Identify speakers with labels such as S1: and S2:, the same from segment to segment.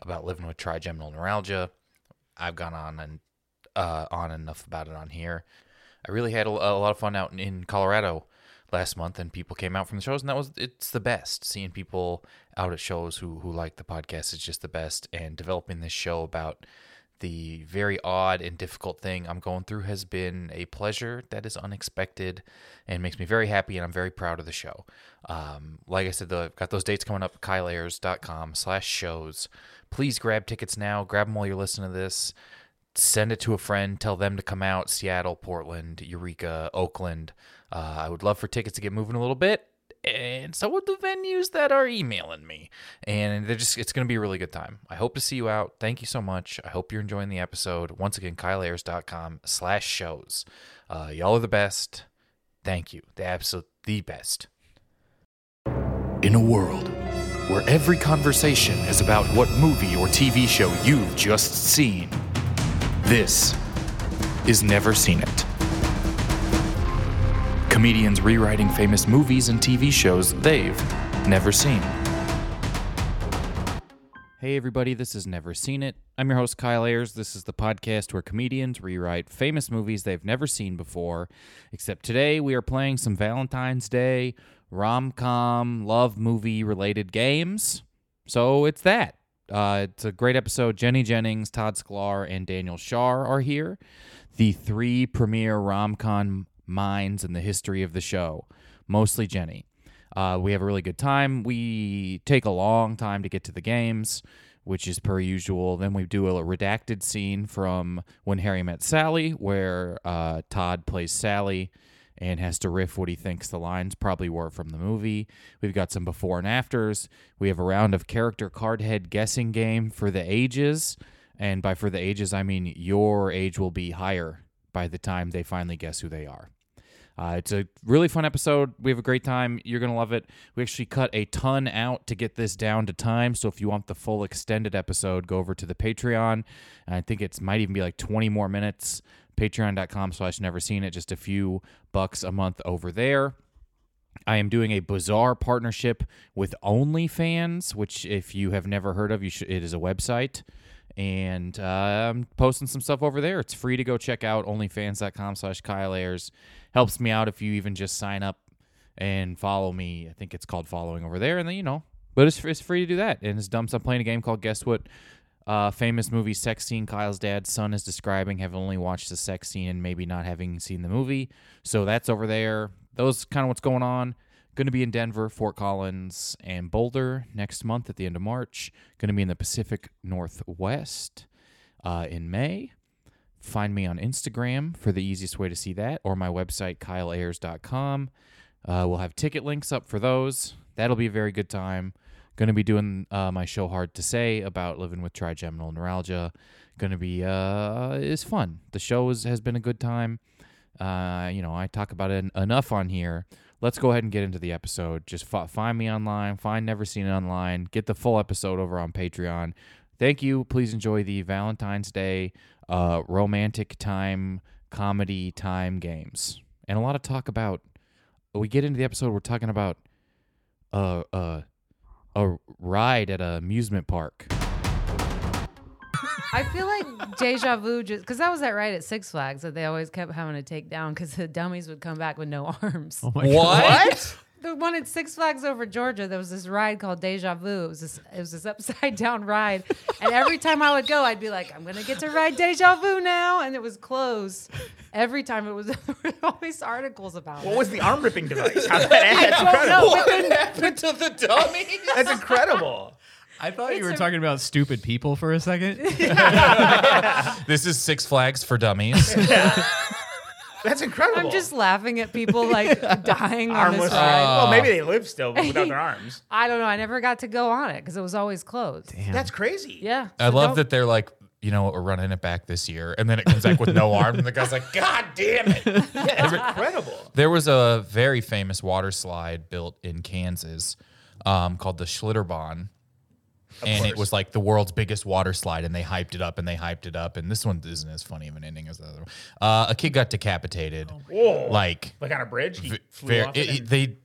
S1: about living with trigeminal neuralgia. I've gone on and uh, on enough about it on here. I really had a, a lot of fun out in, in Colorado last month, and people came out from the shows, and that was it's the best. Seeing people out at shows who who like the podcast is just the best, and developing this show about the very odd and difficult thing I'm going through has been a pleasure that is unexpected and makes me very happy, and I'm very proud of the show. Um, like I said, though, I've got those dates coming up, kyleayers.com slash shows. Please grab tickets now. Grab them while you're listening to this. Send it to a friend. Tell them to come out. Seattle, Portland, Eureka, Oakland. Uh, I would love for tickets to get moving a little bit. And so would the venues that are emailing me. And they're just it's gonna be a really good time. I hope to see you out. Thank you so much. I hope you're enjoying the episode. Once again, kyleayers.com slash shows. Uh, y'all are the best. Thank you. The absolute the best. In a world where every conversation is about what movie or TV show you've just seen, this is Never Seen It. Comedians rewriting famous movies and TV shows they've never seen. Hey, everybody, this is Never Seen It. I'm your host, Kyle Ayers. This is the podcast where comedians rewrite famous movies they've never seen before. Except today, we are playing some Valentine's Day rom com love movie related games. So it's that. Uh, it's a great episode. Jenny Jennings, Todd Sklar, and Daniel Shar are here, the three premier rom com minds in the history of the show, mostly Jenny. Uh, we have a really good time. We take a long time to get to the games, which is per usual. Then we do a redacted scene from When Harry Met Sally, where uh, Todd plays Sally and has to riff what he thinks the lines probably were from the movie. We've got some before and afters. We have a round of character card head guessing game for the ages. And by for the ages, I mean your age will be higher by the time they finally guess who they are. Uh, it's a really fun episode. We have a great time. You're going to love it. We actually cut a ton out to get this down to time. So if you want the full extended episode, go over to the Patreon. And I think it's might even be like 20 more minutes. Patreon.com slash never seen it. Just a few bucks a month over there. I am doing a bizarre partnership with OnlyFans, which if you have never heard of, you should, it is a website. And uh, I'm posting some stuff over there. It's free to go check out OnlyFans.com slash Kyle Ayers. Helps me out if you even just sign up and follow me. I think it's called following over there. And then, you know, but it's, it's free to do that. And it's dumb. So I'm playing a game called Guess What? Uh, famous movie sex scene Kyle's dad's son is describing, having only watched the sex scene and maybe not having seen the movie. So that's over there. Those kind of what's going on. Going to be in Denver, Fort Collins, and Boulder next month at the end of March. Going to be in the Pacific Northwest uh, in May. Find me on Instagram for the easiest way to see that, or my website, kyleayers.com. Uh, we'll have ticket links up for those. That'll be a very good time. Going to be doing uh, my show Hard to Say about living with trigeminal neuralgia. Going to be, uh, is fun. The show is, has been a good time. Uh, you know, I talk about it en- enough on here. Let's go ahead and get into the episode. Just fi- find me online, find Never Seen It online, get the full episode over on Patreon. Thank you. Please enjoy the Valentine's Day uh, romantic time, comedy time games. And a lot of talk about, we get into the episode, we're talking about uh, uh, a ride at an amusement park.
S2: I feel like deja vu just because that was that right at Six Flags that they always kept having to take down because the dummies would come back with no arms.
S3: my God.
S2: The one at Six Flags over Georgia, there was this ride called Deja Vu. It was this, it was this upside down ride, and every time I would go, I'd be like, "I'm gonna get to ride Deja Vu now," and it was closed. Every time it was there were always articles about
S3: What
S2: it.
S3: was the arm ripping device? How that end? That's incredible.
S2: No, but then-
S4: happened to the dummy?
S3: That's incredible.
S5: I thought you were
S2: a-
S5: talking about stupid people for a second.
S1: This is Six Flags for Dummies.
S3: That's incredible.
S2: I'm just laughing at people like dying on
S3: armless.
S2: this ride.
S3: well, maybe they live still but without their arms.
S2: I don't know. I never got to go on it because it was always closed.
S3: That's crazy.
S2: Yeah.
S1: I
S2: so
S1: love
S2: don't-
S1: that they're like, you know what, we're running it back this year. And then it comes back with no arm. And the guy's like, God damn it.
S3: Yeah, it's incredible.
S1: There was a very famous water slide built in Kansas um, called the Schlitterbahn. and it
S3: course.
S1: was like the world's biggest water slide, and they hyped it up and they hyped it up. And this one isn't as funny of an ending as the other one. Uh, a kid got decapitated.
S3: Whoa.
S1: Like,
S3: Like on a bridge, he
S1: v-
S3: Oh, flew
S1: ver-
S3: off
S1: it-
S3: it
S1: it-
S3: and-
S1: they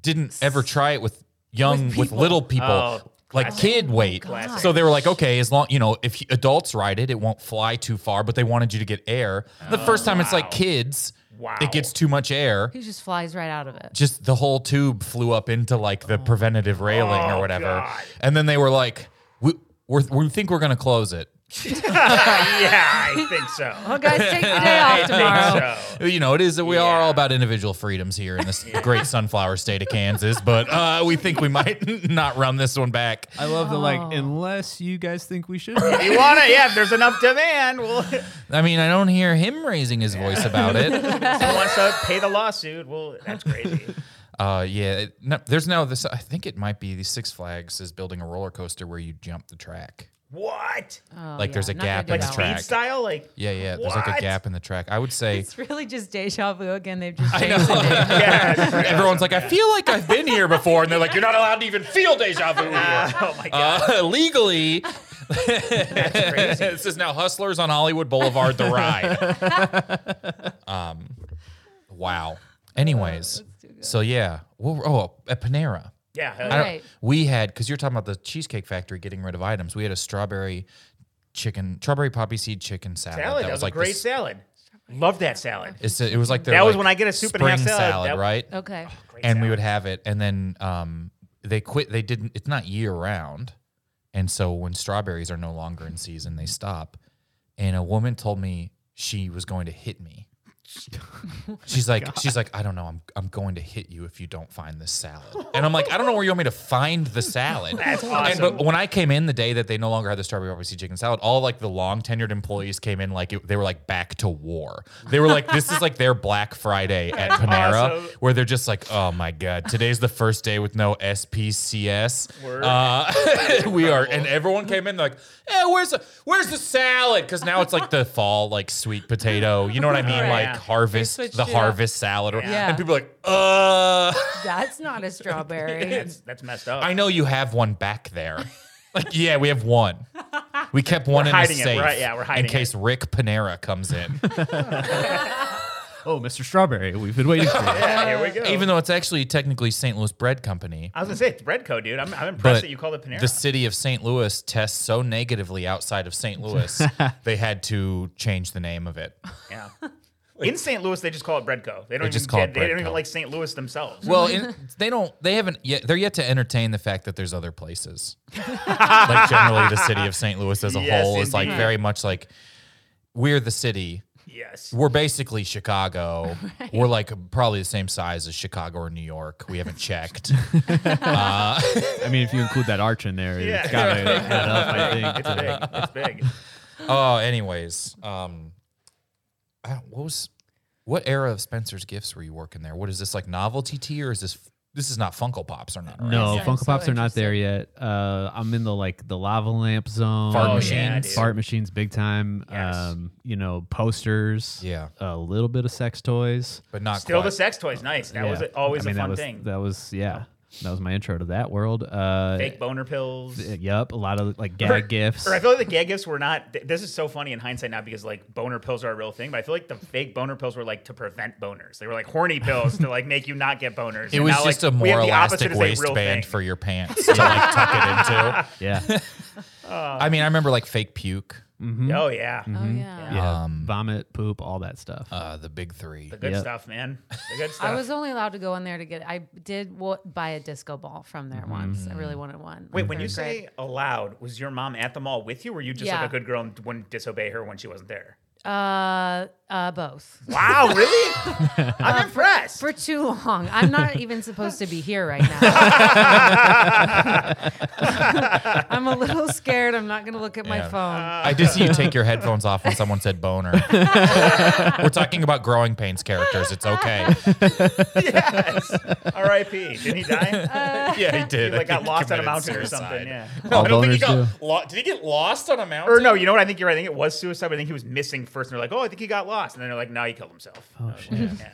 S1: didn't ever try it with young with,
S3: people.
S1: little people
S3: Oh,
S1: like
S3: classic.
S1: kid weight
S3: Classic.
S1: so they were like okay as long you know if you- adults ride it it won't fly too far but they wanted you to get air the first time it's
S3: wow.
S1: like kids
S3: Wow.
S1: it gets too much air
S2: He just flies right out of it.
S1: just the whole tube flew up into like the preventative railing
S3: Oh,
S1: or whatever
S3: God.
S1: and then they were like we, we're, we think we're going to close it
S3: yeah, I think so.
S1: Oh,
S2: Well, guys, take the day off
S3: I
S2: tomorrow.
S3: think so.
S1: You know, it is. We are
S3: Yeah.
S1: all about individual freedoms here in this great sunflower state of Kansas, but uh, we think we might not run this one back.
S5: I love the like, Oh. unless you guys think we should. That's
S3: You want it? Yeah, if there's enough demand, we'll
S1: I mean, I don't hear him raising his voice about it.
S3: someone wants to pay the lawsuit. Well, that's crazy.
S1: Uh, yeah, it- no, there's now this. I think it might be the Six Flags is building a roller coaster where you jump the track.
S3: What?
S2: Oh,
S1: Like, there's a
S2: not gonna
S1: gap
S2: do
S1: in
S3: Like
S1: the
S2: that
S1: track.
S3: speed style? Like
S1: Yeah, yeah. There's like
S3: What?
S1: a gap in the track. I would
S2: one.
S1: say.
S2: It's really just deja vu again. They've just
S1: I
S2: changed
S1: know.
S3: yeah, it's crazy.
S1: Everyone's like, I feel like I've been here before, and they're like, you're not allowed to even feel deja vu here.
S3: oh my god,
S1: Uh, legally, Uh,
S3: crazy.
S1: this is now Hustlers on Hollywood Boulevard, the ride. um, wow. Anyways, so yeah, well, oh, at Panera.
S3: Yeah,
S1: I don't-
S2: Right.
S1: We had because you're talking about the Cheesecake Factory getting rid of items. We had a strawberry chicken, strawberry poppy seed chicken salad.
S3: salad. That, was, a great
S1: this-
S3: salad. Love that salad.
S1: It's a- it was like their,
S3: That was
S1: like,
S3: when I get a soup and a half
S1: spring
S3: salad.
S1: salad,
S3: That-
S1: right?
S2: it. Okay.
S3: Great
S1: and we
S3: salad.
S1: would have it and then um they quit they didn't it's not year round and so when strawberries are no longer in season they stop and a woman told me she was going to hit me she's like she's like i don't know i'm i'm going to hit you if you don't find this salad and i'm like i don't know where you want me to find the salad
S3: That's
S1: and,
S3: awesome.
S1: but when I came in the day that they no longer had the strawberry barbecue seed chicken salad, all like the long tenured employees came in like it, they were like back to war. They were like, this is like their Black Friday at Panera,
S3: awesome.
S1: where they're just like, oh my god, today's the first day with no SPCS.
S3: Word.
S1: Uh, we are, and everyone came in like, eh, where's the where's the salad? Because now it's like the fall like sweet potato. You know what I mean?
S3: Right.
S1: Like
S3: Yeah.
S1: harvest
S2: They switched
S1: the
S2: it up.
S1: harvest salad, or,
S2: Yeah.
S1: and people are like, uh.
S2: That's not a strawberry.
S3: That's, that's messed up.
S1: I know you have one back there. like, yeah, we have one. We kept one
S3: We're
S1: in a
S3: hiding it,
S1: safe.
S3: right, yeah, we're hiding
S1: In case Rick Panera comes in.
S5: Oh, Mr. Strawberry, we've been waiting for you.
S3: Yeah, here we go.
S1: Even though it's actually technically St. Louis Bread Company.
S3: I was gonna say it's bread code, dude. I'm, I'm impressed
S1: But
S3: that you called it Panera.
S1: the city of St. Louis tests so negatively outside of St. Louis, they had to change the name of it.
S3: yeah. In St. Louis, they just call it bread co. They don't
S1: They just
S3: even
S1: call
S3: get-
S1: it
S3: they
S1: bread
S3: don't even
S1: co.
S3: like St. Louis themselves.
S1: Well, in, they don't. They haven't yet. They're yet to entertain the fact that there's other places. like generally, the city of St. Louis as a
S3: Yes,
S1: whole is like
S3: indeed.
S1: very much like we're the city.
S3: yes.
S1: we're basically Chicago. We're like probably the same size as Chicago or New York. We haven't checked.
S5: I mean, if you include that arch in there,
S3: Yeah.
S5: it's got to add up, I think.
S3: It's big. It's big.
S1: oh, anyways, um, I don't, what was what era of Spencer's Gifts were you working there? What is this like novelty tea or is this this is not Funko Pops or not? Right?
S5: No,
S2: Yes, I'm
S5: Funko
S2: so
S5: Pops are not there yet. Uh, I'm in the like the lava lamp zone.
S1: Fart
S3: Oh, yeah,
S1: machines.
S3: dude.
S5: fart machines, big time.
S3: Yes.
S5: Um, you know, posters.
S1: Yeah.
S5: a little bit of sex toys.
S1: but not
S3: Still
S1: quite.
S3: the sex toys. Nice. That
S5: Yeah.
S3: was always
S5: I
S3: a
S5: mean, that
S3: fun
S5: was-
S3: thing.
S5: That was yeah. That was my intro to that world. Uh,
S3: Fake boner pills.
S5: Yep, a lot of like
S3: Or-
S5: gag gifts.
S3: Or I feel like the gag gifts were not. th- This is so funny in hindsight now because like boner pills are a real thing, but I feel like the fake boner pills were like to prevent boners. They were like horny pills to like make you not get boners.
S1: It
S3: And
S1: was
S3: now,
S1: just
S3: like,
S1: a
S3: we have
S1: more
S3: the
S1: elastic
S3: opposite as a real
S1: waistband
S3: thing.
S1: for your pants to like tuck it into.
S5: yeah,
S1: I mean, I remember like fake puke,
S3: Oh yeah,
S1: Mm.
S2: Oh yeah.
S5: yeah.
S1: Um,
S5: Vomit, poop, all that stuff.
S1: uh, the big three.
S3: the good
S5: Yep.
S3: stuff, man. The good stuff.
S2: I was only allowed to go in there to get. I did wa- buy a disco ball from
S1: Mm-hmm.
S2: there once. I really wanted one.
S3: Wait,
S2: in
S3: when you
S2: third grade.
S3: say allowed, was your mom at the mall with you? Or were you just
S2: Yeah.
S3: like a good girl and wouldn't disobey her when she wasn't there?
S2: Uh, uh, both.
S3: Wow, really? I'm impressed.
S2: For too long. I'm not even supposed to be here right now. I'm a little scared. I'm not going to look at my
S1: Yeah.
S2: phone.
S1: I did see you take your headphones off when someone said boner. We're talking about growing pains characters. It's okay.
S3: yes. R.I.P. Did he
S2: Uh,
S3: die?
S1: yeah, he
S3: He
S1: did.
S3: like got lost on a
S1: committed
S3: mountain or
S1: suicide.
S3: something. Yeah.
S1: No, I don't think he
S5: All
S1: got lo- Did he get lost on a mountain?
S3: Or no, you know what? I think you're right. I think it was suicide. But I think he was missing first, and they're like, "Oh, I think he got lost," and then they're like, "No, he killed himself." Oh shit! Yeah.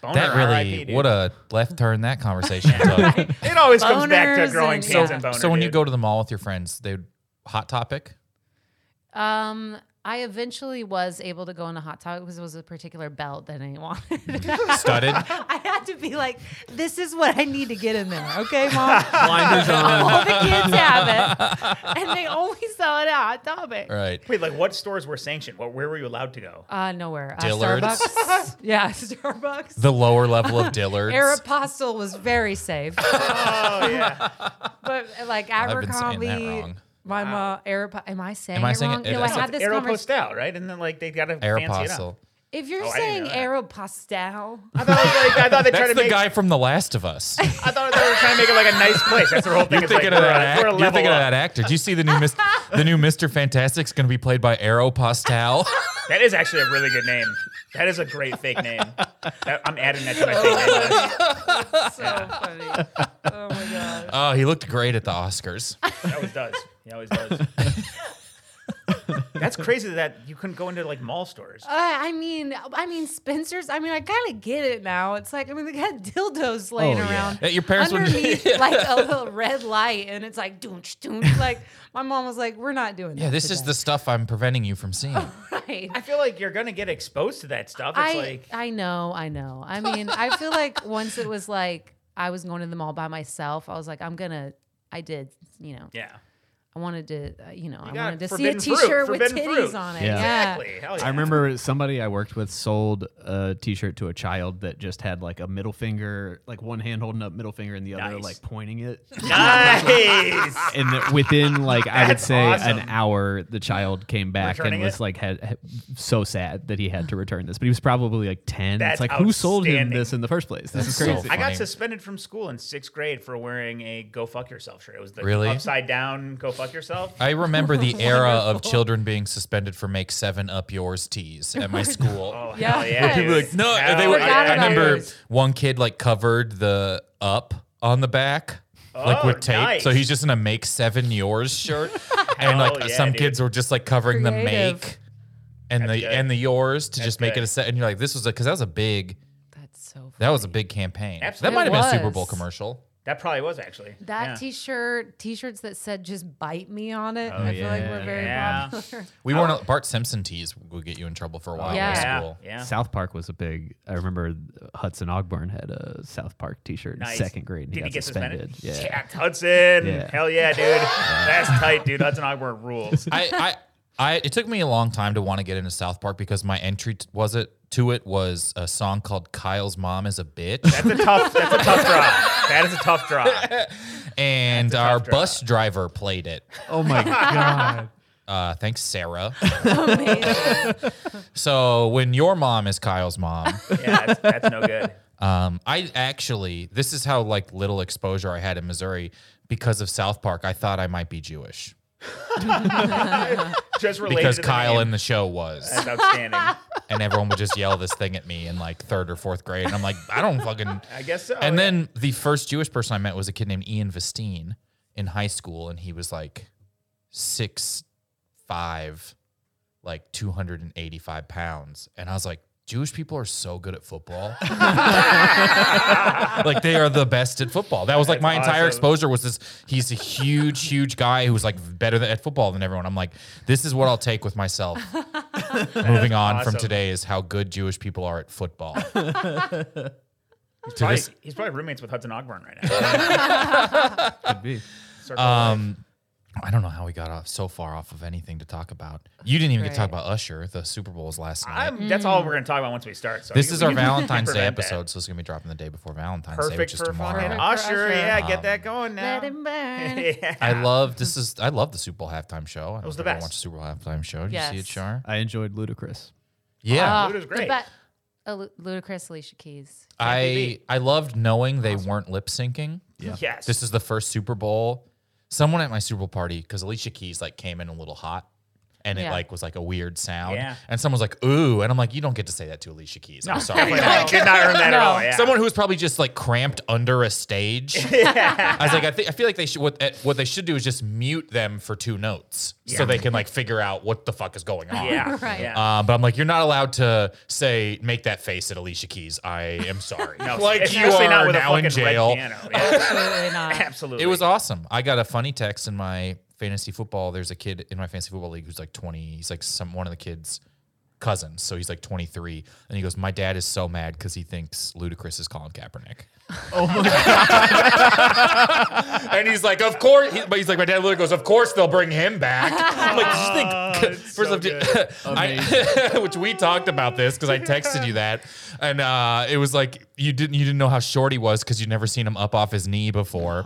S3: Boner,
S1: That
S3: RIP,
S1: really,
S3: dude.
S1: what a left turn that conversation took.
S3: It always comes back
S2: Boners
S3: to growing
S2: and-
S3: pains
S2: yeah.
S3: and boners.
S1: So when you go to the mall with your friends, they would hot topic.
S2: Um, I eventually was able to go into Hot Topic because it was a particular belt that I wanted.
S1: Studded.
S2: I had to be like, this is what I need to get in there. Okay, mom?
S5: Blinders on.
S2: All the kids have it. And they only sell it at Hot Topic.
S1: Right.
S3: wait, like what stores were sanctioned? What, where were you allowed to go?
S2: Uh, nowhere. Uh,
S1: Dillard's?
S2: Starbucks. yeah, Starbucks.
S1: The lower level of Dillard's.
S2: Aeropostale was very safe.
S3: Oh yeah,
S2: But like
S1: I've been saying
S2: Abercrombie,
S1: that wrong.
S2: my mom, Aeropo- am I saying
S1: Am I
S2: it
S1: saying
S2: wrong?
S1: it-
S2: no,
S1: it-
S2: I
S1: No,
S2: had this conversation.
S3: Aeropostale, right? And then like they got to fancy it
S1: Aeropostale.
S3: up.
S2: If you're
S3: Oh, I
S2: saying
S3: didn't
S2: Aeropostale,
S3: I thought, it was like, I thought they tried
S1: That's
S3: to
S1: the
S3: make.
S1: guy from The Last of Us. You're
S3: I thought they were trying to make it like a nice place. That's their whole thing. It's like,
S1: thinking, of,
S3: we're, a-
S1: that
S3: we're
S1: act-
S3: a
S1: you're
S3: level
S1: thinking of
S3: up.
S1: that actor. Do you see the new Mr. the new Mr. Fantastic's going to be played by Aeropostale?
S3: That is actually a really good name. That is a great fake name. That, I'm adding that to my fake name. list.
S2: so funny. Oh my god.
S1: Oh, he looked great at the Oscars.
S3: He always does. He always does. That's crazy that you couldn't go into like mall stores.
S2: Uh, I mean, I mean Spencer's. I mean, I kind of get it now. It's like I mean, they got dildos laying
S5: Oh, yeah.
S2: around
S1: That your parents would-
S2: underneath like a little red light, and it's like doonch doonch. Like my mom was like, "We're not doing
S1: Yeah,
S2: that
S1: this is the stuff I'm preventing you from seeing.
S2: today."
S3: I feel like you're gonna get exposed to that stuff.
S2: I
S3: It's like
S2: I know, I know. I mean, I feel like once it was like I was going to the mall by myself. I was like, I'm gonna. I did, you know.
S3: yeah,
S2: I wanted to, uh, you know, I
S3: got
S2: wanted to see a
S3: forbidden fruit,
S2: T-shirt with
S3: forbidden
S2: titties
S3: fruit.
S2: on it.
S5: Yeah.
S2: Yeah.
S3: exactly. Hell yeah.
S5: I remember somebody I worked with sold a T-shirt to a child that just had like a middle finger, like one hand holding up middle finger and the other
S3: Nice.
S5: like pointing it.
S3: Nice.
S5: and that within like I would
S3: That's
S5: say
S3: awesome.
S5: an hour, the child came back
S3: Returning
S5: and was
S3: it?
S5: like had, had- so sad that he had to return this. But he was probably like ten.
S3: That's
S5: it's like who sold him
S3: outstanding.
S5: this in the first place? This is
S1: so
S5: crazy.
S3: I got
S1: Funny.
S3: suspended from school in sixth grade for wearing a "Go fuck yourself" shirt. It was the
S1: Really?
S3: upside down "Go fuck yourself."
S1: I remember the era of children being suspended for make seven up yours teas at my school.
S3: Oh
S2: Yeah.
S3: hell yeah!
S1: People were like,
S3: dude.
S1: no,
S3: Hell
S1: they were.
S3: yeah,
S2: Forgot
S1: I
S2: about
S1: remember
S2: those.
S1: one kid like covered the up on the back, like
S3: Oh,
S1: with tape. So
S3: nice.
S1: he's just in a make seven yours shirt, and like
S3: Hell yeah,
S1: some
S3: dude.
S1: kids were just like covering the
S2: Creative.
S1: make and the
S3: good.
S1: and the yours to just make
S3: good.
S1: it a set. And you're like, this was a because that was a big
S2: That's so.
S1: that was a big campaign.
S3: Absolutely.
S1: That might
S2: It
S1: have been a Super
S2: was.
S1: Bowl commercial.
S3: That probably was actually
S2: That
S3: yeah.
S2: T-shirt, T-shirts that said "Just bite me" on it.
S1: Oh,
S2: I feel like we're
S5: yeah.
S2: very
S3: Yeah.
S2: popular.
S1: We weren't Bart Simpson tees would get you in trouble for a while
S2: Yeah.
S1: in
S3: Oh. yeah,
S1: school.
S3: yeah.
S5: South Park was a big. I remember Hudson Ogburn had a South Park T-shirt
S3: Nice.
S5: in second grade. And
S3: Did
S5: he got
S3: he get
S5: suspended.
S3: suspended?
S5: Yeah.
S3: Jacked Hudson.
S5: Yeah.
S3: Hell yeah, dude. That's tight, dude. Hudson Ogburn rules.
S1: I, I, I, it took me a long time to want to get into South Park because my entry t- was it to it was a song called "Kyle's Mom Is a Bitch,"
S3: That's a tough. That's a tough draw. That is a tough draw.
S1: and our
S3: draw.
S1: bus driver played it.
S5: Oh my god.
S1: Uh, thanks, Sarah.
S2: Amazing.
S1: so when your mom is Kyle's mom,
S3: Yeah, that's, that's no good.
S1: um, I actually this is how like little exposure I had in Missouri because of South Park. I thought I might be Jewish
S3: Just related
S1: because
S3: to the
S1: Kyle
S3: name.
S1: in the show was.
S3: That's outstanding.
S1: and everyone would just yell this thing at me in like third or fourth grade. And I'm like, I don't fucking.
S3: I guess so.
S1: and then the first Jewish person I met was a kid named Ian Vestine in high school, and he was like six five, like two hundred and eighty five pounds, and I was like. Jewish people are so good at football. like they are the best at football. That was like my
S3: That's
S1: entire
S3: awesome.
S1: exposure was this he's a huge huge guy who's like better than, at football than everyone. I'm like this is what I'll take with myself. Moving on
S3: awesome.
S1: from today is how good Jewish people are at football.
S3: he's,
S1: to
S3: probably,
S1: this-
S3: he's probably roommates with Hudson Ogburn right now.
S5: Could be.
S3: Circle
S1: Um,
S3: of life.
S1: I don't know how we got off so far off of anything to talk about. You didn't even get to talk
S2: Right.
S1: about Usher. The Super Bowl was last night.
S3: I'm, that's all we're gonna talk about once we start. So
S1: this
S3: we-
S1: is
S3: we
S1: our
S3: can
S1: Valentine's Day
S3: prevent that.
S1: episode, so it's gonna be dropping the day before Valentine's Day, which
S3: Perfect
S1: is
S3: for
S1: tomorrow.
S3: fucking
S2: Perfect
S3: Usher.
S2: for Usher.
S3: Yeah, get
S1: Um,
S3: that going now.
S2: Let him burn.
S3: Yeah.
S1: I love this is I love the Super Bowl halftime show. I don't
S3: was
S1: know
S3: the
S1: if everyone
S3: best. Ah,
S1: watched the Super Bowl halftime show. Did you see it,
S2: Yes.
S1: Char?
S5: I enjoyed Ludacris.
S1: Yeah.
S2: Ah,
S3: Luda's
S2: the
S3: great.
S2: be- Oh, Lu- Ludacris, Alicia Keys.
S1: I I loved knowing they weren't lip syncing.
S3: Yes.
S1: This is the first Super Bowl. Someone at my Super Bowl party, because Alicia Keys like came in a little hot and it
S2: Yeah.
S1: like was like a weird sound.
S3: Yeah.
S1: And someone was like, ooh. And I'm like, you don't get to say that to Alicia Keys. I'm sorry.
S3: Definitely not. Did not earn that at all. Yeah.
S1: Someone who was probably just like cramped under a stage. I was like, I, think I feel like they should. What, eh, what they should do is just mute them for two notes, so
S3: Yeah.
S1: they can like figure out what the fuck is going on.
S3: Yeah.
S2: Right.
S3: Yeah.
S1: Uh, but I'm like, you're not allowed to say, make that face at Alicia Keys. I am sorry.
S3: No,
S1: like you
S3: especially
S1: are
S3: not with a
S1: now in
S3: fucking red
S1: jail.
S3: piano. Yeah,
S2: Absolutely not.
S3: absolutely.
S1: It was awesome. I got a funny text in my fantasy football. There's a kid in my fantasy football league who's like 20. He's like some one of the kids' cousins, so he's like 23, and he goes, "My dad is so mad because he thinks Ludacris is Colin Kaepernick." Oh my god! and he's like, "Of course," he, but he's like, "My dad literally goes, of course they'll bring him back." I'm like, "Just think."
S3: it's
S1: First
S3: so
S1: off, did- I- which we talked about this because I texted you that, and uh, it was like you didn't you didn't know how short he was because you'd never seen him up off his knee before.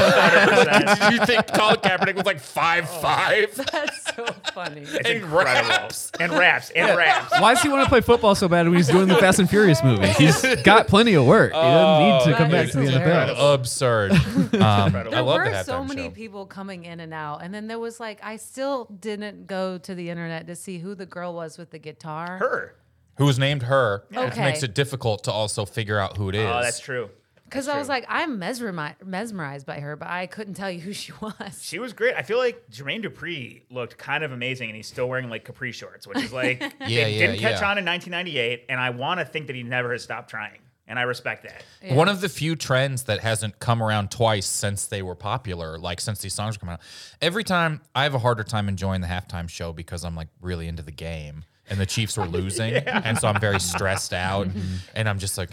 S1: Like, did you think Colin Kaepernick was like five five?
S2: That's so funny.
S3: It's
S1: and
S3: incredible.
S1: raps.
S3: And raps. And raps.
S5: Why does he want to play football so bad when he's doing the Fast and Furious movie? He's got plenty of work. He doesn't need to come
S2: that
S5: back
S2: is
S5: to the
S2: hilarious.
S5: NFL.
S1: Absurd. Um, I
S2: There
S1: love the
S2: were
S1: halftime
S2: so many
S1: show.
S2: people coming in and out, and then there was like I still didn't go to the internet to see who the girl was with the guitar.
S3: Her.
S1: Who was named her, which
S2: Okay.
S1: makes it difficult to also figure out who it is.
S3: Oh, that's true.
S2: Because I was like, I'm mesmerized, mesmerized by her, but I couldn't tell you who she was.
S3: She was great. I feel like Jermaine Dupri looked kind of amazing, and he's still wearing like capri shorts, which is like
S1: Yeah,
S3: it
S1: yeah,
S3: didn't catch
S1: yeah.
S3: on in 1998. And I want to think that he never has stopped trying, and I respect that.
S1: One of the few trends that hasn't come around twice since they were popular, like since these songs were coming out. Every time I have a harder time enjoying the halftime show because I'm like really into the game and the Chiefs were losing. And so I'm very stressed out. And I'm just like,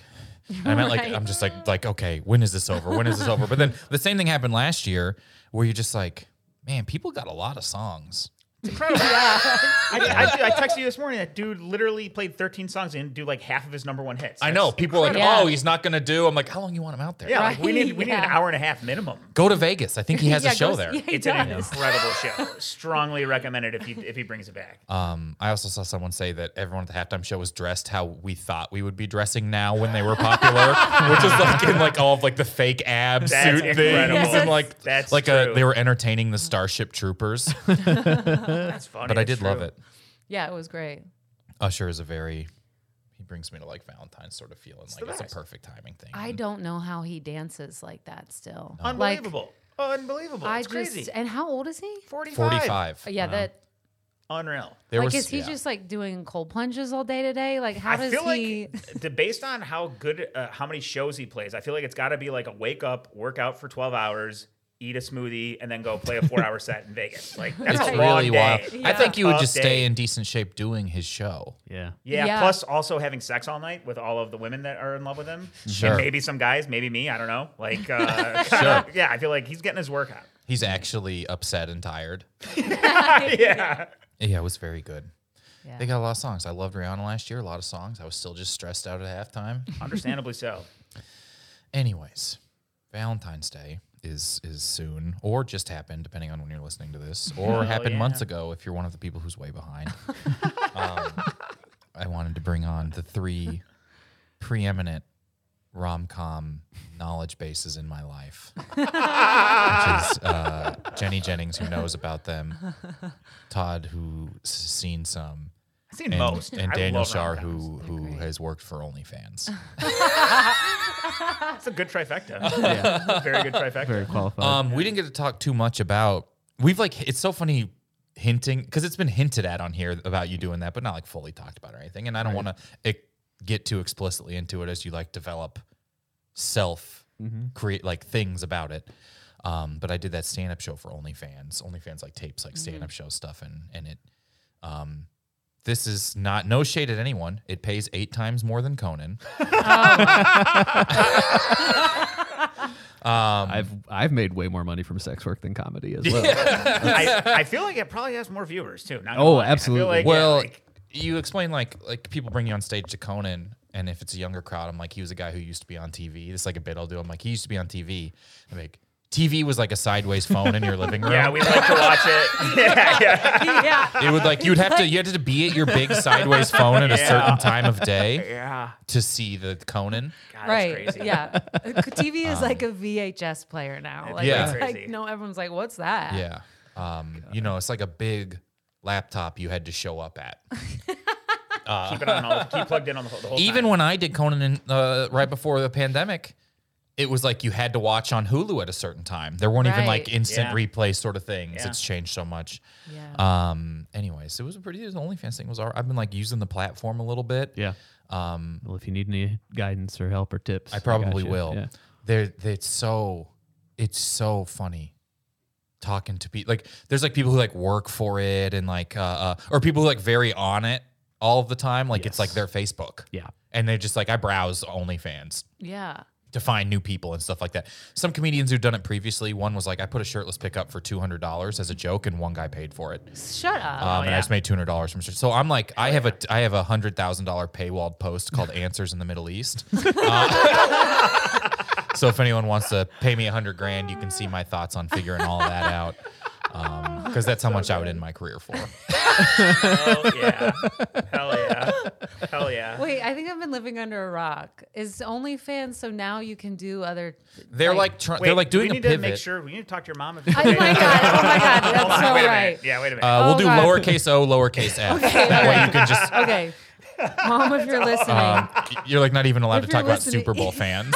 S1: I meant like,
S2: Mm-hmm. Right.
S1: I'm just like, like, okay, when is this over? When is this over? But then the same thing happened last year where you're just like, man, people got a lot of songs.
S3: I, I, I texted you this morning. That dude literally played 13 songs and did do like half of his number one hits.
S1: I
S3: That's
S1: know people are like,
S2: incredible.
S1: oh, he's not going to do. I'm like, how long you want him out there?
S3: Yeah, like, we
S2: Right,
S3: need we need an
S2: yeah.
S3: hour and a half minimum.
S1: Go to Vegas. I think he has
S2: Yeah,
S1: a show
S2: goes-
S1: there.
S2: Yeah, he
S3: It's an
S2: does.
S3: incredible show. Strongly recommend it if he if he brings it back.
S1: Um, I also saw someone say that everyone at the halftime show was dressed how we thought we would be dressing now when they were popular, which is like in like all of like the fake abs
S3: That's
S1: suit
S3: incredible.
S1: things and like
S3: That's
S1: like
S3: true.
S1: A, they were entertaining the Starship Troopers.
S3: That's funny.
S1: But I
S3: that's
S1: did love
S3: true.
S1: it.
S2: Yeah, it was great.
S1: Usher is a very he brings me to like Valentine's sort of feeling.
S3: the
S1: like it's
S3: best.
S1: a perfect timing thing.
S2: I don't know how he dances like that still. Like,
S3: Unbelievable. Unbelievable.
S2: I
S3: it's
S2: just
S3: crazy.
S2: and how old is he?
S3: 45.
S1: Forty five.
S2: Yeah, that
S3: Unreal.
S1: There
S2: like
S1: was,
S2: is he
S1: yeah.
S2: just like doing cold plunges all day today? Like how
S3: I
S2: does
S3: feel
S2: he?
S3: like d- based on how good uh, how many shows he plays, I feel like it's got to be like a wake up, work out for 12 hours, eat a smoothie and then go play a 4-hour set in Vegas. Like that's
S1: it's
S3: a
S1: really
S3: long
S1: wild.
S3: day.
S1: I think you would
S3: Tough
S1: just
S3: day.
S1: stay in decent shape doing his show.
S5: Yeah.
S3: Yeah,
S2: Yeah.
S3: plus also having sex all night with all of the women that are in love with him.
S1: Sure.
S3: And maybe some guys, maybe me, I don't know. Like uh, yeah, I feel like he's getting his workout.
S1: He's actually upset and tired.
S3: yeah.
S1: Yeah, it was very good.
S2: Yeah.
S1: They got a lot of songs. I loved Rihanna last year, a lot of songs. I was still just stressed out at halftime.
S3: Understandably so.
S1: Anyways, Valentine's Day is is soon or just happened depending on when you're listening to this or happened
S3: yeah.
S1: months ago if you're one of the people who's way behind. um, I wanted to bring on the three preeminent rom-com knowledge bases in my life. which is uh, Jenny Jennings who knows about them, Todd who's seen some
S3: I've seen
S1: and,
S3: most.
S1: and
S3: I
S1: Daniel
S3: love
S1: Shar,
S3: rom-coms.
S1: who who has worked for OnlyFans.
S3: That's a good trifecta.
S5: Yeah.
S3: Very good trifecta.
S5: Very qualified.
S1: um, we didn't get to talk too much about. We've like it's so funny hinting because it's been hinted at on here about you doing that, but not like fully talked about or anything. And I don't want to get too explicitly into it as you like develop self
S3: Mm-hmm.
S1: create like things about it. Um, but I did that stand up show for OnlyFans. OnlyFans like tapes
S3: Mm-hmm.
S1: like stand up show stuff, and and it. Um, this is not no shade at anyone. It pays eight times more than Conan.
S5: I've I've made way more money from sex work than comedy as well.
S3: I, I feel like it probably has more viewers too. not gonna
S5: Oh,
S3: lie. I feel
S5: absolutely.
S3: like, yeah,
S1: Well,
S3: like-
S1: you explain like like people bring you on stage to Conan, and if it's a younger crowd, I'm like, he was a guy who used to be on TV. This is like a bit I'll do. I'm like, he used to be on TV. I'm like, TV was like a sideways phone in your living room.
S3: Yeah, we like to watch it. yeah, yeah.
S2: yeah.
S1: it would like you'd have to you had to be at your big sideways phone at a
S3: Yeah.
S1: certain time of day
S3: Yeah.
S1: to see the Conan.
S3: God,
S2: right.
S3: That's crazy.
S2: Yeah. TV is like a VHS player now. Like,
S1: Yeah.
S2: It's like,
S3: Crazy.
S2: no, everyone's like, what's that?
S1: Yeah. Um, you know, it's like a big laptop you had to show up at.
S3: Keep it on all, keep plugged in on the whole, the whole
S1: Even
S3: time.
S1: when I did Conan in, uh, right before the pandemic, it was like you had to watch on Hulu at a certain time. There weren't even like
S2: Right.
S1: instant
S3: Yeah.
S1: replay sort of things.
S3: Yeah.
S1: It's changed so much.
S2: Yeah.
S1: Um, anyways, it was a pretty. The OnlyFans thing was. All right. I've been like using the platform a little bit.
S5: Yeah. Um, well, if you need any guidance or help or tips,
S1: I
S5: got
S1: probably
S5: you.
S1: will.
S5: Yeah.
S1: There, it's so, it's so funny talking to people. Like, there's like people who like work for it and like, uh, uh or people who like very on it all the time. Like, it's like
S5: Yes.
S1: their Facebook,
S5: Yeah.
S1: and they're just like, I browse OnlyFans
S2: yeah.
S1: to find new people and stuff like that. Some comedians who've done it previously, one was like, I put a shirtless pickup for two hundred dollars as a joke, and one guy paid for it.
S2: Shut up.
S1: Um, and I just made two hundred dollars from it. So I'm like, I have a I have a hundred thousand dollar paywalled post called "Answers in the Middle East." Uh, so if anyone wants to pay me a hundred grand, you can see my thoughts on figuring all that out. Because that's how much I would end my career for.
S3: Hell yeah. Hell yeah. Hell yeah.
S2: Wait, I think I've been living under a rock. Is OnlyFans so now you can do other?
S1: They're like tr- they're like doing
S3: we
S1: a
S3: need
S1: pivot.
S3: to make sure we need to talk to your mom. If
S2: Oh my god! Oh my god!
S3: Hold
S2: That's
S3: on,
S2: so
S3: wait a
S2: right.
S3: minute. Yeah, wait a minute.
S1: uh, we'll
S2: Oh,
S1: do
S2: God.
S1: lowercase o, lowercase f.
S2: Okay,
S1: that
S2: all
S1: way
S2: right.
S1: you can just.
S2: Okay, mom, if you're listening,
S1: Um, y- you're like not even allowed
S2: If
S1: to talk
S2: you're
S1: about
S2: listening-
S1: Super Bowl fans.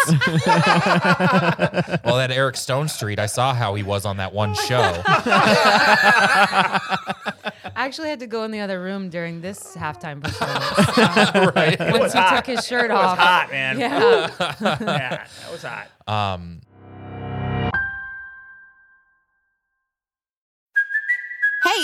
S1: well, that Eric Stone Street, I saw how he was on that one show.
S2: I actually had to go in the other room during this halftime performance. Um,
S1: right.
S2: once he
S3: hot.
S2: took his shirt
S3: That was
S2: off.
S3: hot, man.
S2: Yeah.
S3: Yeah, that was hot.
S1: Um,
S6: Hey,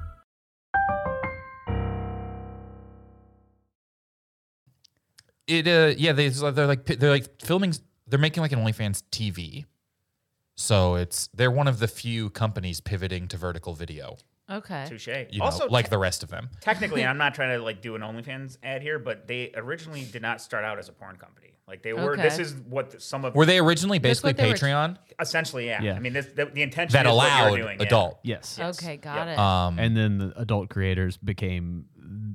S1: it uh, yeah, they they're like they're like filming. They're making like an OnlyFans TV. So it's they're one of the few companies pivoting to vertical video.
S2: Okay.
S3: Touche.
S1: You know,
S3: also,
S1: like
S3: te-
S1: the rest of them.
S3: technically, I'm not trying to like do an OnlyFans ad here, but they originally did not start out as a porn company. Like they were. This
S2: Okay.
S3: is what th- some of
S1: Were they originally basically
S2: what they were-
S1: Patreon
S3: essentially. Yeah.
S5: Yeah.
S3: I mean, this, the, the intention
S1: that
S3: is what you're
S1: allowed
S3: doing, yeah.
S1: adult?
S5: Yes.
S2: Okay, got
S3: Yep.
S2: it.
S1: Um,
S5: And then the adult creators became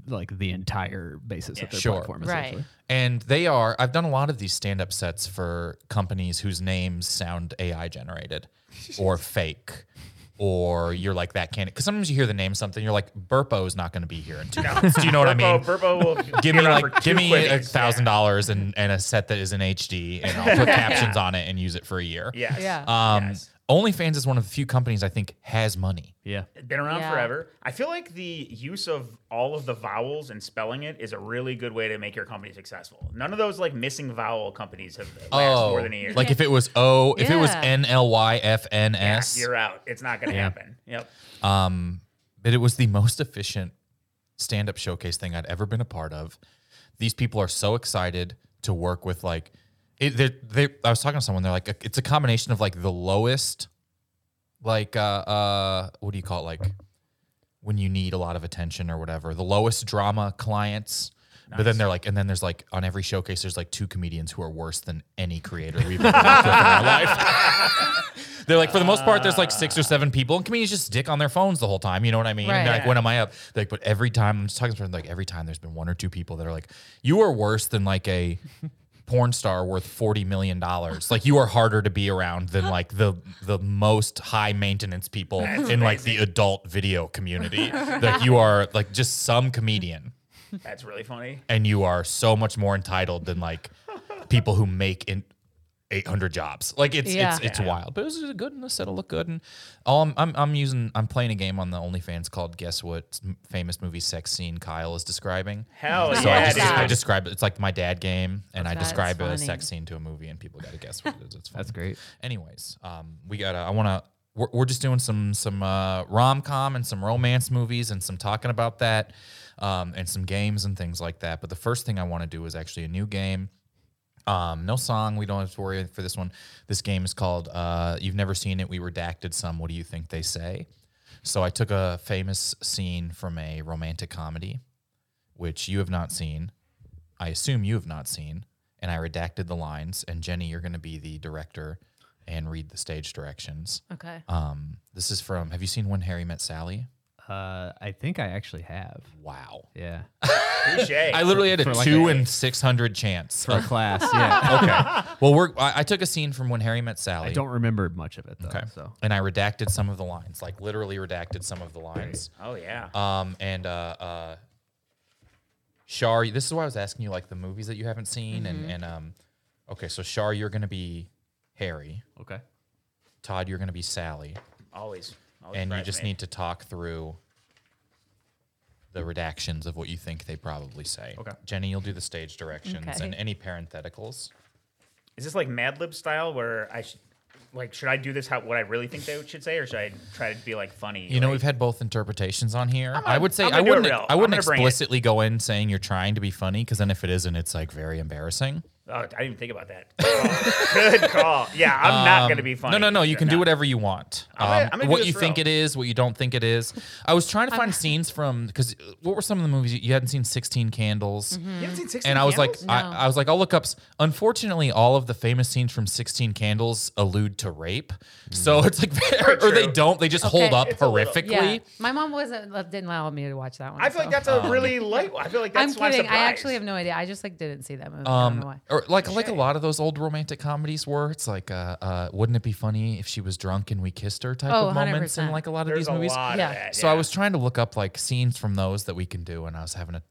S5: like the entire basis of their
S1: Sure.
S5: platform.
S2: Right.
S5: Essentially.
S1: And they are, I've done a lot of these stand up sets for companies whose names sound AI generated or fake. Or you're like that can't because sometimes you hear the name something you're like Burpo is not going to be here in two months. Do you know what I mean?
S3: Burpo, Burpo will
S1: give
S3: be
S1: me
S3: around for
S1: like give
S3: two
S1: me
S3: quickies.
S1: a thousand dollars and and a set that is in HD and I'll put captions on it and use it for a year.
S3: Yeah. Yes.
S2: Yeah.
S1: Um,
S3: Yes.
S1: OnlyFans is one of the few companies I think has money.
S5: Yeah.
S3: been around
S2: Yeah.
S3: forever. I feel like the use of all of the vowels and spelling it is a really good way to make your company successful. None of those like missing vowel companies have lasted more than a year.
S1: Oh, like if it was O, if it was
S2: Yeah.
S1: N L Y F N
S3: Yeah,
S1: S.
S3: you're out. It's not going to happen. Yep.
S1: Um, but it was the most efficient stand up showcase thing I'd ever been a part of. These people are so excited to work with like, it, they they I was talking to someone, they're like, it's a combination of like the lowest, like, uh, uh, what do you call it? Like when you need a lot of attention or whatever, the lowest drama clients. But then they're like, and then there's like on every showcase, there's like two comedians who are worse than any creator we've ever worked with in our life. They're like, for the most part, there's like six or seven people, and comedians just dick on their phones the whole time. You know what I mean?
S2: Right.
S1: And they're like, when am I up? They're like, but every time I'm just talking to them, like every time there's been one or two people that are like, you are worse than like a porn star worth forty million dollars. Like you are harder to be around than like the the most high maintenance people in like the adult video community. like you are like just some comedian,
S3: That's really funny.
S1: and you are so much more entitled than like people who make in. 800 jobs like it's it's
S2: Yeah.
S1: it's wild but it was good and the set will look good and all I'm, I'm i'm using i'm playing a game on the onlyfans called guess what famous movie sex scene kyle is describing
S3: Hell
S1: so
S3: Oh, yeah.
S1: I, just,
S3: dude.
S1: I describe it's like my dad game, and I
S2: That's
S1: describe a
S2: funny.
S1: sex scene to a movie, and people got to guess what it is. It's fun.
S5: That's great.
S1: Anyways, um, we gotta. I want to. we're, we're just doing some some uh, rom com and some romance movies and some talking about that um, and some games and things like that. But the first thing I want to do is actually a new game. Um, no song. We don't have to worry for this one. This game is called uh, "You've Never Seen It." We redacted some. What do you think they say? So I took a famous scene from a romantic comedy, which you have not seen. I assume you have not seen, and I redacted the lines. And Jenny, you're going to be the director and read the stage directions.
S2: Okay.
S1: Um, this is from. Have you seen When Harry Met Sally?
S5: Uh, I think I actually have.
S1: Wow.
S5: Yeah.
S3: Touche.
S1: I literally had a
S5: For like
S1: two
S5: a-
S1: and six hundred chance.
S5: For a class. Yeah.
S1: okay. Well, we're. I, I took a scene from When Harry Met Sally.
S5: I don't remember much of it though.
S1: Okay.
S5: So
S1: And I redacted some of the lines, like literally redacted some of the lines.
S3: oh yeah.
S1: Um, and uh, uh, Shar, this is why I was asking you like the movies that you haven't seen,
S5: Mm-hmm.
S1: and and um, okay, so Shar, you're gonna be Harry.
S5: okay.
S1: Todd, you're gonna be Sally,
S3: Always. always
S1: and you
S3: surprise
S1: just
S3: me.
S1: need to talk through the redactions of what you think they probably say. Okay. Jenny, you'll do the stage directions
S2: Okay.
S1: and any parentheticals.
S3: Is this like Mad Lib style where I should, like, should I do this how what I really think they should say, or should I try to be like funny?
S1: You know,
S3: like,
S1: we've had both interpretations on here. I would say
S3: I'm
S1: I
S3: gonna do it
S1: wouldn't.
S3: real.
S1: I
S3: I'm
S1: wouldn't
S3: gonna bring it.
S1: explicitly go in saying you're trying to be funny because then if it isn't, it's like very embarrassing.
S3: oh, I didn't even think about that. Oh, good call. Yeah, I'm not gonna be funny.
S1: Um, No, no, no. You can do
S3: No.
S1: whatever you want. Um,
S3: I'm gonna- I'm gonna do
S1: what
S3: this
S1: you think
S3: real.
S1: it is, what you don't think it is. I was trying to find scenes from because what were some of the movies you, you hadn't seen? Sixteen Candles.
S3: You haven't seen 16
S1: And I was
S3: Candles?
S1: like, I, I was like, I'll look up. s- Unfortunately, all of the famous scenes from Sixteen Candles allude to rape, so it's like, or they
S3: Mm. true.
S1: don't. They just hold
S2: Okay.
S1: up
S3: It's a little-
S1: horrifically.
S2: Yeah. My mom wasn't uh, didn't allow me to watch that one.
S3: I feel like
S2: so.
S3: that's
S1: Um,
S3: a really light. one. I feel like
S2: I'm
S3: that's why
S2: kidding. I
S3: surprise.
S2: actually have no idea. I just like didn't see that movie. I don't know
S1: Um,
S2: why.
S1: or like like a lot of those old romantic comedies were. It's like, uh, uh, wouldn't it be funny if she was drunk and we kissed her type
S2: Oh,
S1: of moments in
S2: 100%.
S1: like a lot of
S3: There's
S1: these
S3: a
S1: movies.
S3: lot
S2: Yeah.
S3: of that.
S1: So I
S3: yeah.
S1: was trying to look up like scenes from those that we can do, and I was having a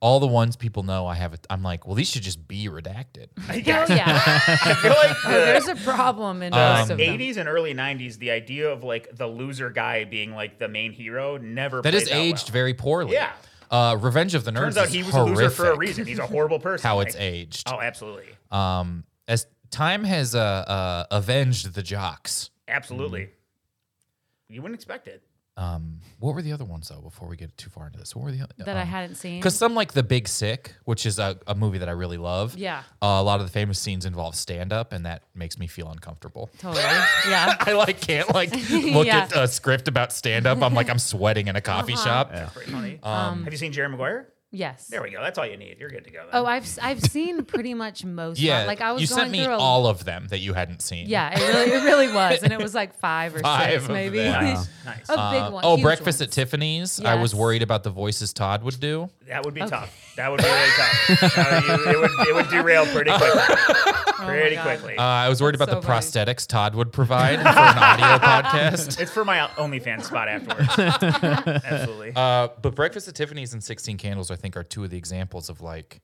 S1: all the ones people know. I have. A, I'm like, well, these should just be redacted.
S3: Yeah.
S2: Oh yeah.
S3: I feel like
S2: Oh, there's
S3: the
S2: a problem in
S1: Um,
S2: most of them.
S3: 80s and early 90s, the idea of like the loser guy being like the main hero never
S1: That is
S3: played out
S1: aged
S3: well.
S1: very poorly.
S3: Yeah.
S1: Uh, Revenge of the Nerds.
S3: Turns out
S1: is
S3: he was
S1: horrific
S3: a loser for a reason. He's a horrible person.
S1: How it's
S3: Like,
S1: aged.
S3: Oh, absolutely,
S1: Um, as time has uh, uh avenged the jocks.
S3: absolutely.
S1: Mm-hmm.
S3: You wouldn't expect it.
S1: Um, what were the other ones though? Before we get too far into this, what were the other?
S2: that I hadn't seen.
S1: Because some like The Big Sick, which is a, a movie that I really love.
S2: Yeah.
S1: Uh, a lot of the famous scenes involve stand up, and that makes me feel uncomfortable.
S2: Totally. Yeah.
S1: I like can't like look
S2: Yeah. Uh-huh.
S1: at a script about stand up. I'm like I'm sweating in a coffee shop.
S3: Pretty funny.
S1: Um,
S3: have you seen Jerry Maguire?
S2: Yes.
S3: There we go. That's all you need. You're good to go. Then.
S2: Oh, I've s- I've seen pretty much most. of-
S1: Yeah,
S2: like I was
S1: you
S2: going
S1: sent me
S2: through a,
S1: all of them that you hadn't seen.
S2: Yeah, it really it really was, and it was like five or
S1: Five
S2: six
S1: of
S2: maybe.
S1: them.
S2: a
S5: Wow.
S3: nice.
S2: big
S1: Uh,
S2: one.
S1: oh,
S2: huge
S1: Breakfast
S2: ones.
S1: at Tiffany's. I was
S2: Yes.
S1: worried about the voices Todd would do.
S3: That would be tough. That would be really tough. Uh, you- it, would, it would derail pretty quickly. pretty
S2: Oh God.
S3: quickly.
S1: Uh, I was worried
S2: That's
S1: about the
S2: so
S1: prosthetics Todd would provide for an audio podcast.
S3: it's for my OnlyFans spot afterwards. Absolutely.
S1: Uh, but Breakfast at Tiffany's and Sixteen Candles, I think, are two of the examples of like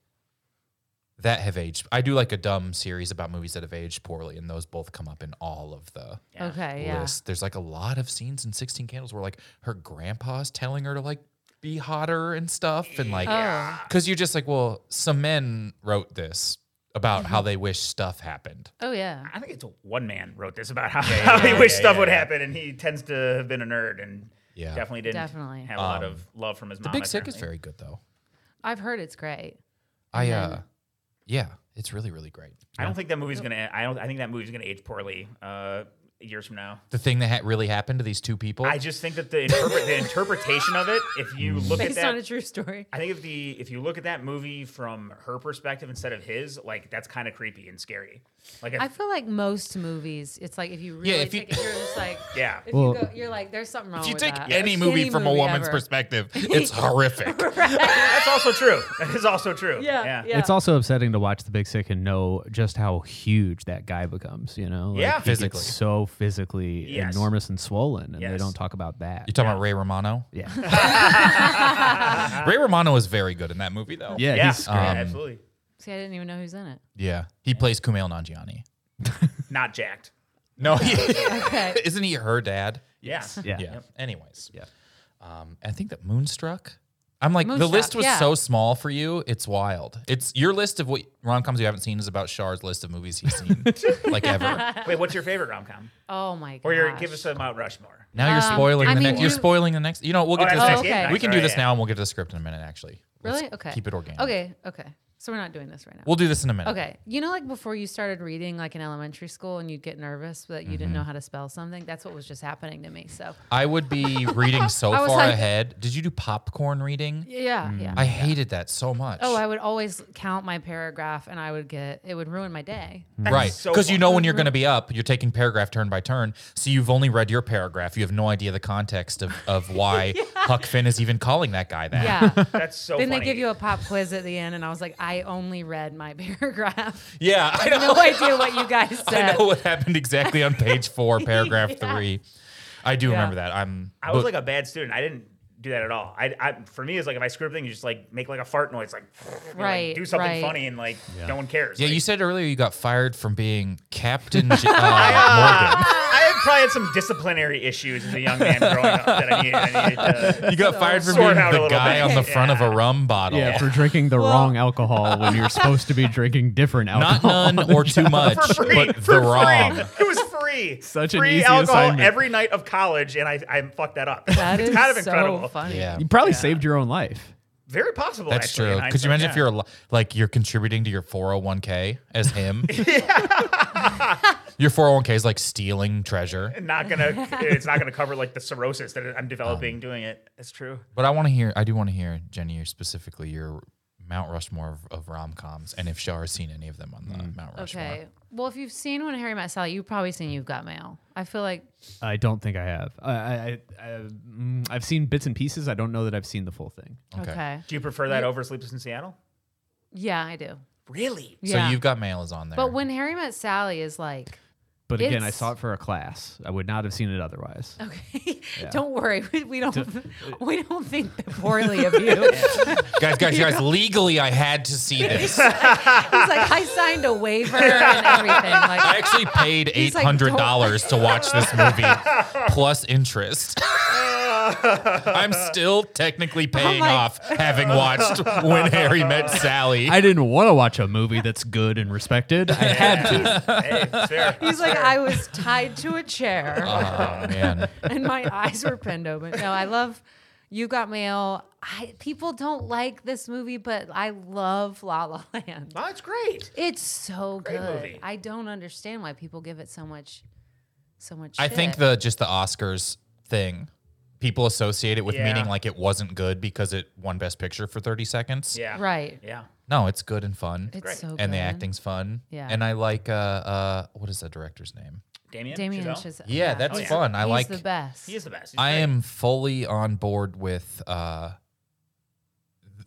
S1: that have aged. I do like a dumb series about movies that have aged poorly, and those both come up in all of the
S2: Okay. Yeah.
S1: list. There's like a lot of scenes in Sixteen Candles where like her grandpa's telling her to like be hotter and stuff, and like
S2: Oh.
S1: because you're just like, well, some men wrote this about
S2: Mm-hmm.
S1: how they wish stuff happened.
S2: Oh yeah.
S3: I think it's one man wrote this about how, how he
S1: yeah,
S3: wished
S1: yeah,
S3: stuff
S1: yeah,
S3: would
S1: yeah.
S3: happen, and he tends to have been a nerd and
S1: Yeah. Um,
S3: definitely didn't
S2: Definitely.
S3: have a lot of love from his mom.
S1: The Big Sick is
S3: apparently.
S1: very good though.
S2: I've heard it's great.
S1: I uh, yeah, it's really really great.
S3: I don't think that movie's gonna. I don't. I think that movie's gonna age poorly uh, years from now.
S1: The thing that ha- really happened to these two people.
S3: I just think that the interpret the interpretation of it, if you look at
S2: Based
S3: that,
S2: on a true story.
S3: I think if the if you look at that movie from her perspective instead of his, like that's kind of creepy and scary. Like if,
S2: I feel like most movies, it's like if you really
S1: if you-
S2: take it, you're just like,
S3: Yeah.
S2: if
S5: Well-
S2: you go, you're like, there's something wrong
S1: If you
S2: with
S1: take
S2: that.
S1: any movie from a
S2: movie
S1: woman's
S2: ever.
S1: perspective, it's horrific.
S3: that's also true. That is also true.
S2: Yeah,
S3: yeah.
S2: yeah.
S5: It's also upsetting to watch the big sick and know just how huge that guy becomes. You know,
S3: Yeah.
S5: he gets
S1: Physically.
S5: so physically
S3: Yes.
S5: enormous and swollen, and they
S3: Yes.
S5: don't talk about that.
S1: You talking about Ray Romano?
S5: yeah,
S1: Ray Romano is very good in that movie, though.
S5: yeah,
S3: Yeah,
S5: he's
S3: yeah, Uh,
S1: um,
S5: great.
S3: absolutely.
S2: See, I didn't even know who's in it.
S1: yeah. He plays Kumail Nanjiani.
S3: Not jacked.
S1: No, he,
S2: Okay.
S1: isn't he her dad?
S3: Yes.
S5: yeah.
S1: Anyways,
S5: Yeah.
S1: Um, I think that Moonstruck I'm like the
S2: Moonstruck,
S1: list was
S2: yeah.
S1: so small for you. It's wild. It's your list of what rom coms you haven't seen is about Shar's list of movies he's seen like ever.
S3: Wait, what's your favorite rom com?
S2: Oh my god.
S3: Or your give us a Mount Rushmore.
S1: Now you're spoiling
S2: Um, I
S1: the
S2: mean,
S1: next. You're
S2: you-
S1: spoiling the next. You know we'll get to
S3: Oh,
S1: this.
S3: that's
S2: next
S1: next-
S2: game. Okay.
S1: We can do
S3: Alright,
S1: this
S3: yeah.
S1: now and we'll get to the script in a minute. Actually, Let's
S2: Really? Okay.
S1: Keep it organic.
S2: Okay. Okay. So we're not doing this right now.
S1: We'll do this in a minute.
S2: Okay. You know, like before you started reading, like in elementary school, and you'd get nervous that you
S3: Mm-hmm.
S2: didn't know how to spell something. That's what was just happening to me. So
S1: I would be reading so
S2: I
S1: far
S2: was like-
S1: ahead. Did you do popcorn reading?
S2: yeah,
S3: Mm.
S2: yeah.
S1: I hated that so much.
S2: oh, I would always count my paragraph, and I would get it would ruin my day.
S3: Mm.
S1: right.
S3: so
S1: Because you know when you're going to be up, you're taking paragraph turn by turn. So you've only read your paragraph. You have no idea the context of, of why Huck Finn is even calling that guy that.
S2: Yeah.
S3: That's so
S2: then
S3: funny.
S2: they give you a pop quiz at the end, and I was like, I only read my paragraph.
S1: Yeah, I know.
S2: No idea what you guys said.
S1: I know what happened exactly on page four, paragraph three. I do remember that. I'm.
S3: I was
S1: but-
S3: like a bad student. I didn't do that at all. I, I for me it's like if I screw up things, you just like make like a fart noise, like, you know,
S2: Right,
S3: like do something
S2: right.
S3: funny and like no one cares.
S1: yeah,
S3: Like,
S1: you said earlier you got fired from being Captain J- uh, Morgan.
S3: I had probably had some disciplinary issues as a young man growing up that I needed. I needed to,
S1: You got fired from being
S3: Sort out a
S1: the
S3: little
S1: guy
S3: bit.
S1: on the front of a rum bottle.
S5: Yeah, for drinking the wrong alcohol when you're supposed to be drinking different
S1: Not
S5: alcohol.
S1: none or too much,
S3: for free,
S1: but
S3: for
S1: the wrong.
S3: free. It was free.
S5: Such an
S3: free
S5: easy
S3: alcohol
S5: assignment.
S3: every night of college, and I, I fucked that up.
S2: That
S3: it's
S2: is
S3: kind of
S2: so
S3: incredible.
S2: funny.
S1: Yeah.
S5: You probably saved your own life.
S3: Very possible.
S1: That's
S3: actually, in
S1: true. Could you imagine
S3: hindsight,
S1: if
S3: yeah.
S1: you're al- like you're contributing to your 401k as him? your 401k is like stealing treasure.
S3: not gonna? it's not gonna cover like the cirrhosis that I'm developing
S1: Um,
S3: doing it. That's true.
S1: But I want to hear. I do want to hear Jenny your specifically your Mount Rushmore of, of rom coms, and if Shar has seen any of them on the
S3: Mm.
S1: Mount Rushmore.
S2: Okay. Well, if you've seen when Harry Met Sally, you've probably seen You've Got Mail. I feel like
S5: I don't think I have. I, I, I, mm, I've seen bits and pieces. I don't know that I've seen the full thing.
S2: okay.
S3: Do you prefer that over Sleepless in Seattle?
S2: Yeah, I do.
S3: Really?
S1: So
S2: Yeah.
S1: you've got mail is on there.
S2: But when Harry Met Sally is like,
S5: But again, I
S2: It's-
S5: saw it for a class. I would not have seen it otherwise.
S2: okay, don't worry, we, we don't we don't think that poorly of you.
S1: guys, guys, guys, legally I had to see this. I
S2: He's like, I signed a waiver and everything. Like,
S1: actually paid eight
S2: He's like,
S1: hundred dollars to watch this movie plus interest. I'm still technically paying
S2: my-
S1: off having watched When Harry Met Sally.
S5: I didn't want to watch a movie that's good and respected. I had to.
S3: Hey, it's fair.
S2: he's like, I was tied to a chair.
S1: oh man.
S2: and my eyes were pinned open. No, I love You Got Mail. I people don't like this movie, but I love La La Land.
S3: Oh, it's great.
S2: It's so good.
S3: movie.
S2: I don't understand why people give it so much, so much.
S1: I think
S2: shit.
S1: the just the Oscars thing, people associate it with
S3: Yeah.
S1: meaning like it wasn't good because it won Best Picture for 30 seconds.
S3: Yeah.
S2: right.
S3: Yeah.
S1: No, it's good and fun.
S2: It's
S3: Great.
S2: so good.
S1: and the acting's fun.
S2: Yeah.
S1: And I like uh uh what is that director's name?
S3: Damien.
S2: Damien
S3: Chazelle?
S2: Chazelle. Oh,
S1: Yeah, that's
S3: yeah.
S1: fun. I
S2: He's
S1: like
S2: the best.
S3: He is the best. He's
S1: I
S3: great.
S1: am fully on board with uh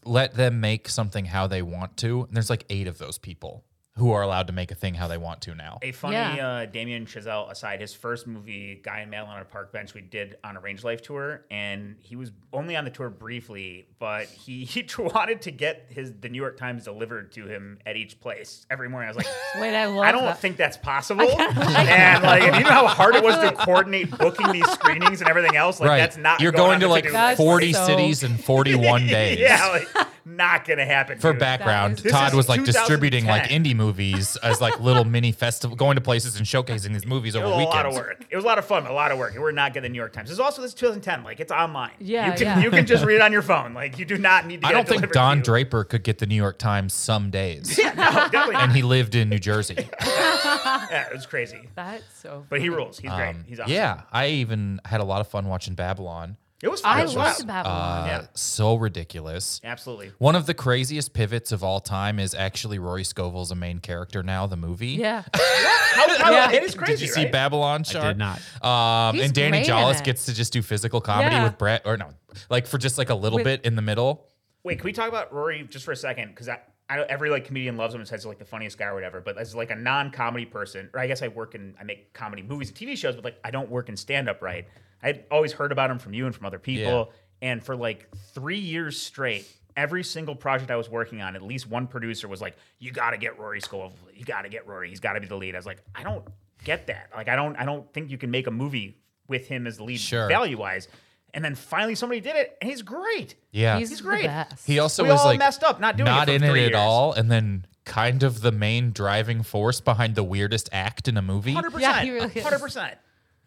S1: let them make something how they want to. And there's like eight of those people who are allowed to make a thing how they want to now.
S3: A funny
S2: Yeah.
S3: uh, Damien Chazelle aside, his first movie, Guy and Mail on a Park Bench, we did on a Range Life tour, and he was only on the tour briefly, but he, he wanted to get his the New York Times delivered to him at each place every morning. I was like,
S2: Wait, I love.
S3: I don't
S2: that.
S3: think that's possible. and like, if you know how hard it was to coordinate booking these screenings and everything else, like
S1: right.
S3: that's not
S1: You're going,
S3: going,
S1: to
S3: on the
S1: like
S3: to-do
S2: That's
S3: list.
S1: 40
S2: so-
S1: cities in 41 days.
S3: yeah, like, not gonna happen.
S1: For
S3: dude.
S1: background,
S3: This
S1: Todd
S3: is
S1: was like distributing like
S3: 2010.
S1: indie movies as like little mini festival, going to places and showcasing these movies
S3: It
S1: over
S3: was a
S1: weekends.
S3: lot of work. It was a lot of fun, but a lot of work. And we're not getting the New York Times. It's also this is 2010, like it's online.
S2: Yeah,
S3: you can
S2: yeah.
S3: you can just read it on your phone. Like you do not need to.
S1: I
S3: get
S1: don't
S3: it
S1: think
S3: delivered to
S1: Don
S3: you.
S1: Draper could get the New York Times some days,
S3: Yeah, no, definitely.
S1: and
S3: Not.
S1: he lived in New Jersey.
S3: Yeah, it was crazy,
S2: That's so.
S3: but he
S2: funny.
S3: rules. He's great. He's awesome.
S1: Um, Yeah, I even had a lot of fun watching Babylon.
S3: it was. Fun.
S2: I
S3: It was
S2: loved
S3: wild.
S2: Babylon.
S1: Uh,
S3: Yeah.
S1: So ridiculous.
S3: Absolutely.
S1: One of the craziest pivots of all time is actually Rory Scovel's a main character now. The movie.
S2: yeah.
S3: How, how,
S2: Yeah.
S3: It is crazy.
S1: Did you see
S3: right?
S1: Babylon? Char?
S5: Did not.
S1: Um,
S2: He's
S1: and Danny
S2: great in
S1: Jollis
S2: it.
S1: gets to just do physical comedy
S2: Yeah.
S1: with Brett, or no, like for just like a little
S2: With-
S1: bit in the middle.
S3: Wait, can we talk about Rory just for a second? Because I, I know every like comedian loves him and says he's like the funniest guy or whatever. But as like a non-comedy person, or I guess I work in I make comedy movies and TV shows, but like I don't work in stand-up right. I always heard about him from you and from other people. And for like three years straight, every single project I was working on, at least one producer was like, "You got to get Rory Scovel. You got to get Rory. He's got to be the lead." I was like, "I don't get that. Like, I don't. I don't think you can make a movie with him as the lead
S1: Sure.
S3: value wise." And then finally somebody did it, and he's great.
S1: Yeah.
S2: He's,
S3: great.
S2: The best.
S1: he also
S3: we
S1: was
S3: all
S1: like
S3: messed up not doing
S1: not
S3: it for
S1: in
S3: three
S1: it
S3: years.
S1: at all, and then kind of the main driving force behind the weirdest act in a movie.
S3: 100%.
S2: Yeah, he really is.
S3: 100%.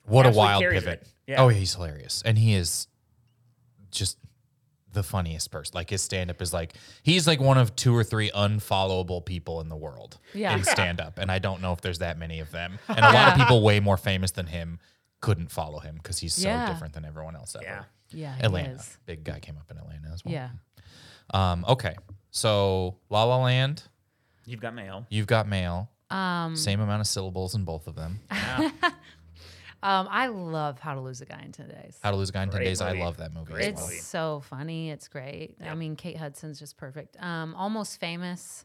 S1: What a
S3: Absolutely
S1: wild
S3: carries
S1: pivot!
S3: it. Yeah.
S1: Oh, he's hilarious, and he is just the funniest person. Like his stand up is like he's like one of two or three unfollowable people in the world
S2: Yeah.
S1: in stand up, and I don't know if there's that many of them. And a lot of people way more famous than him couldn't follow him because he's so
S2: Yeah.
S1: different than everyone else. Ever.
S3: Yeah.
S2: yeah, he
S1: Atlanta,
S2: is.
S1: big guy came up in Atlanta as well.
S2: Yeah.
S1: Um. Okay. So La La Land,
S3: You've got mail.
S1: you've got mail.
S2: Um,
S1: Same amount of syllables in both of them.
S2: um, I love How to Lose a Guy in Ten Days.
S1: How to Lose a Guy in Ten
S3: Great
S1: Days. I
S3: movie.
S1: love that movie. as
S2: It's
S1: well.
S2: so funny. It's great. I mean, Kate Hudson's just perfect. Um, Almost Famous.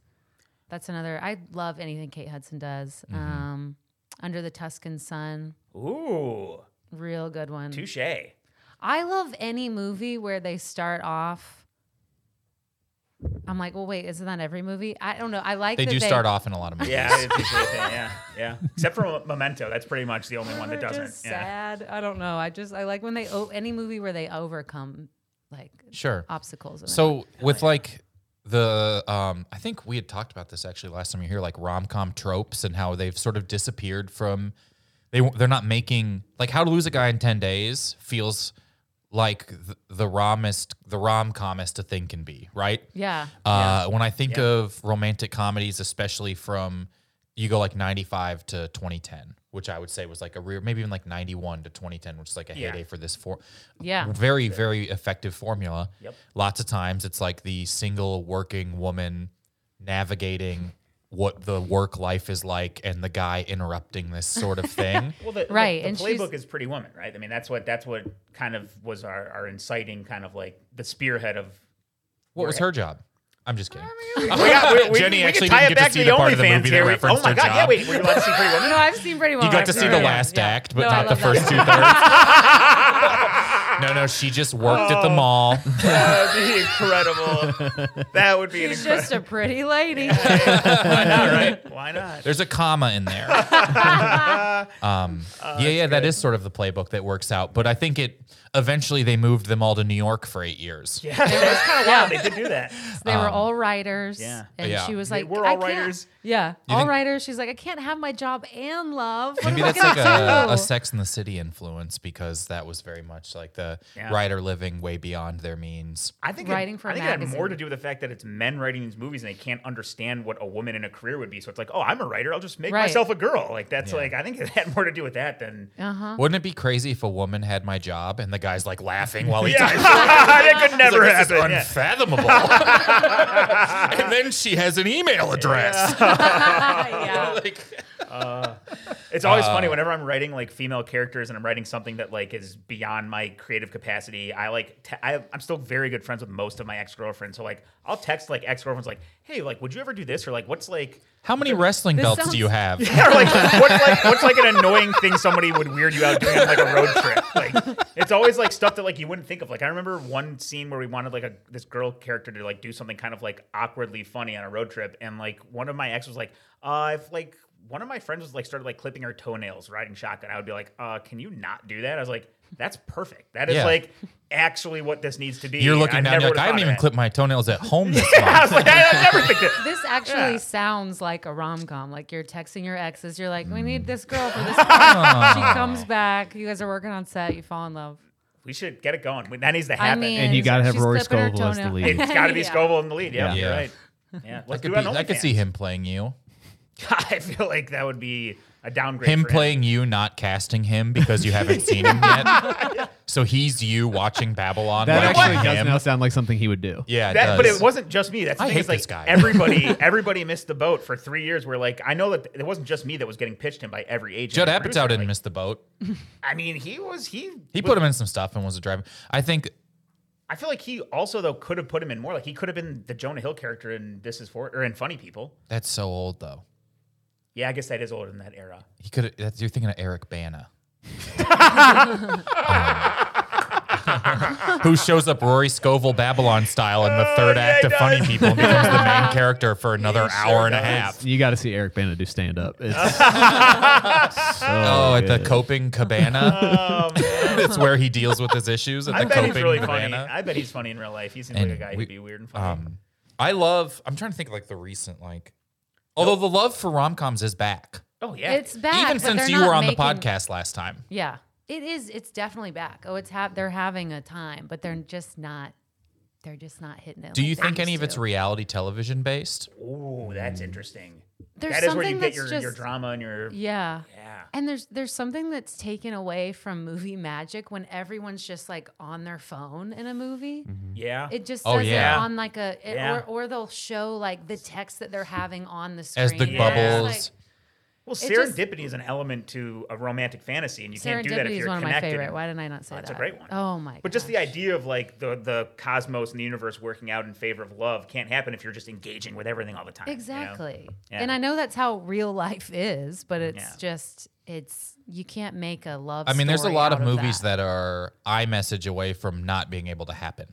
S2: That's another. I love anything Kate Hudson does.
S1: Mm-hmm.
S2: Um, Under the Tuscan Sun,
S3: Ooh,
S2: real good one.
S3: touche.
S2: I love any movie where they start off. I'm like, well, wait, isn't that every movie? I don't know. I like
S1: They
S2: that
S1: do
S2: they,
S1: start off in a lot of movies.
S3: Yeah, I did appreciate that. yeah, yeah. Except for Memento, that's pretty much the only one that
S2: They're
S3: doesn't.
S2: just
S3: Yeah.
S2: sad. I don't know. I just I like when they o- any movie where they overcome like
S1: Sure.
S2: obstacles. and I'm
S1: So with like the um I think we had talked about this actually last time you were here, like rom com tropes and how they've sort of disappeared from they they're not making like how to lose a guy in ten days feels like the, the romest the rom comest a thing can be, right?
S2: like, yeah,
S1: Uh, When I think of romantic comedies, especially from you go like 95 to 2010, which I would say was like a rear, maybe even like 91 to 2010, which is like a
S3: Yeah.
S1: heyday for this for
S2: yeah,
S1: very very effective formula.
S3: Yep.
S1: Lots of times it's like the single working woman navigating what the work life is like, and the guy interrupting this sort of thing.
S3: Well, the, the-
S2: Right,
S3: The,
S2: and she's-
S3: playbook is Pretty Woman, right? I mean, that's what that's what kind of was our, our inciting kind of like the spearhead of.
S1: what was her job? I'm just kidding.
S3: We got, we,
S1: Jenny
S3: we,
S1: actually
S3: we could
S1: didn't get
S3: tie it
S1: to
S3: back
S1: see
S3: to
S1: the
S3: the
S1: part of the
S3: OnlyFans
S1: movie that
S3: here. We- Oh
S1: referenced
S3: my
S1: her
S3: god! Yeah,
S1: job.
S3: wait, weere allowed to see Pretty Woman.
S2: No, I've seen pretty well.
S1: You got to see the last act, but not the first two thirds. no, no, she just worked at the
S3: Oh.
S1: mall.
S3: That would be incredible. That would be an
S2: She's
S3: incredible.
S2: just a pretty lady.
S3: Why not? Right? Why not?
S1: There's a comma in there. um,
S3: Oh,
S1: yeah, yeah, that is sort of the playbook that works out. But I think it eventually they moved them all to New York for eight years. Yeah.
S3: Wow, they did do that.
S2: They were all writers.
S3: yeah.
S2: And
S1: Um, Yeah.
S2: she was
S3: They
S2: like,
S3: were
S2: I
S3: all
S2: can't-
S3: writers.
S2: Yeah. all
S1: think-
S2: writers. She's like, I can't have my job and love. What
S1: Maybe
S2: am I
S1: that's like
S2: gonna
S1: a,
S2: do?
S1: a Sex in the City influence because that was very much like the
S3: Yeah.
S1: writer living way beyond their means.
S3: I think
S2: Writing
S3: it,
S2: for
S3: I
S2: a
S3: think it had more
S2: magazine.
S3: to do with the fact that it's men writing these movies and they can't understand what a woman in a career would be. So it's like, oh, I'm a writer. I'll just make
S2: Right.
S3: myself a girl. Like that's like I think it had more to do with that than
S2: uh-huh.
S1: Wouldn't it be crazy if a woman had my job and the guy's like laughing while he
S3: yeah,
S1: types?
S3: that could never
S1: Like, this
S3: happen. yeah.
S1: is unfathomable. and then she has an email address.
S2: yeah.
S1: Like-
S3: It's always
S1: Uh,
S3: funny whenever I'm writing like female characters and I'm writing something that like is beyond my creative capacity. I like te- I, I'm still very good friends with most of my ex girlfriends, so like I'll text like ex girlfriends like, hey, like would you ever do this or like what's like
S1: How many wrestling
S2: This
S1: belts
S2: sounds-
S1: do you have?
S3: or like what's like what's like an annoying thing somebody would weird you out doing on like a road trip? Like it's always like stuff that like you wouldn't think of. Like I remember one scene where we wanted like a this girl character to like do something kind of like awkwardly funny on a road trip, and like one of my ex was like, uh, if like one of my friends was like started like clipping her toenails riding shotgun, I would be like, uh, can you not do that? I was like, that's perfect. That is
S1: Yeah.
S3: like actually what this needs to be.
S1: You're looking
S3: I
S1: down.
S3: never
S1: You're
S3: would've
S1: like, I
S3: thought
S1: didn't
S3: of
S1: even
S3: that."
S1: clip my toenails at home this
S3: I was
S1: month.
S3: like, I, I never picked it.
S2: This actually sounds like a rom com. Like you're texting your exes, you're like, We
S1: Mm.
S2: need this girl for this part." She comes back, you guys are working on set, you fall in love.
S3: We should get it going. That needs to happen.
S2: mean-
S5: And you got to have
S2: She's
S5: Rory
S2: clipping her
S5: Scovel as the
S2: toenail.
S5: lead.
S3: It's got to be
S2: Yeah.
S3: Scoville in the lead. Yeah,
S5: Yeah.
S3: you're
S1: Yeah.
S3: right. Yeah,
S1: I
S3: let's
S1: could,
S3: do
S1: be-
S3: it on
S1: I could
S3: OnlyFans.
S1: see him playing you.
S3: I feel like that would be a downgrade.
S1: Him
S3: for
S1: playing you, not casting him because you haven't seen him yet. So he's you watching Babylon.
S5: That
S1: watching
S5: actually does
S1: him.
S5: now sound like something he would do.
S1: Yeah, it
S3: That,
S1: does.
S3: but it wasn't just me. That's the
S1: I
S3: thing.
S1: hate
S3: is, like
S1: this guy.
S3: everybody, everybody missed the boat for three years. Where like I know that it wasn't just me that was getting pitched him by every agent.
S1: Judd
S3: and
S1: Apatow
S3: producer.
S1: didn't
S3: Like,
S1: miss the boat.
S3: I mean, he was he.
S1: He put him in some stuff and was a driver. I think
S3: I feel like he also though could have put him in more. Like he could have been the Jonah Hill character in This Is For or in Funny People.
S1: that's so old though.
S3: Yeah, I guess that is older than that era.
S1: He could. That's you're thinking of Eric Bana. Um, who shows up Rory Scovel Babylon style in the third
S3: Oh, yeah,
S1: act
S3: he
S1: of Funny
S3: does.
S1: People and becomes the main character for another hour and a half.
S5: You got to see Eric Bana do stand up. It's so
S1: Oh, at the
S5: good.
S1: Coping Cabana. That's where he deals with his issues at
S3: Oh, I
S1: the
S3: bet
S1: Coping
S3: he's really funny.
S1: Cabana.
S3: I bet he's funny in real life. He seems like a
S1: And
S3: guy
S1: we-
S3: who'd be weird and funny.
S1: Um, I love. I'm trying to think like the recent like. Although the love for rom coms is back,
S3: oh yeah,
S2: It's back.
S1: even
S2: but they're
S1: since you
S2: not
S1: were on the
S2: making-
S1: podcast last time.
S2: Yeah. It is. It's definitely back. Oh, it's have they're having a time, but they're just not. They're just not hitting it.
S1: Do
S2: like
S1: you
S2: they
S1: think any
S2: used
S1: of it's
S2: to.
S1: reality television based?
S3: ooh, that's interesting.
S2: There's
S3: that is where you
S2: something
S3: get
S2: that's
S3: your,
S2: just
S3: your drama and your
S2: yeah.
S3: yeah.
S2: And there's there's something that's taken away from movie magic when everyone's just like on their phone in a movie.
S5: Mm-hmm.
S3: Yeah.
S2: It just
S1: Oh,
S2: says it
S1: yeah.
S2: on like a it,
S3: Yeah.
S2: or or they'll show like the text that they're having on the screen.
S1: As the
S2: It's
S1: bubbles,
S2: like-
S3: well,
S2: it just-
S3: serendipity is an element to a romantic fantasy, and you can't do that
S2: Serendipity
S3: if
S2: is
S3: you're
S2: one of my
S3: connected.
S2: favorite. Why didn't I not say
S3: That's a
S2: that?
S3: great one.
S2: Oh my!
S3: But just the
S2: gosh.
S3: idea of like the the cosmos and the universe working out in favor of love can't happen if you're just engaging with everything all the time. you know?
S2: Exactly.
S3: Yeah.
S2: And I know that's how real life is, but it's
S3: Yeah.
S2: just it's you can't make a love.
S1: I mean, there's a
S2: story
S1: lot of
S2: out
S1: movies
S2: that.
S1: that. are I message away from not being able to happen.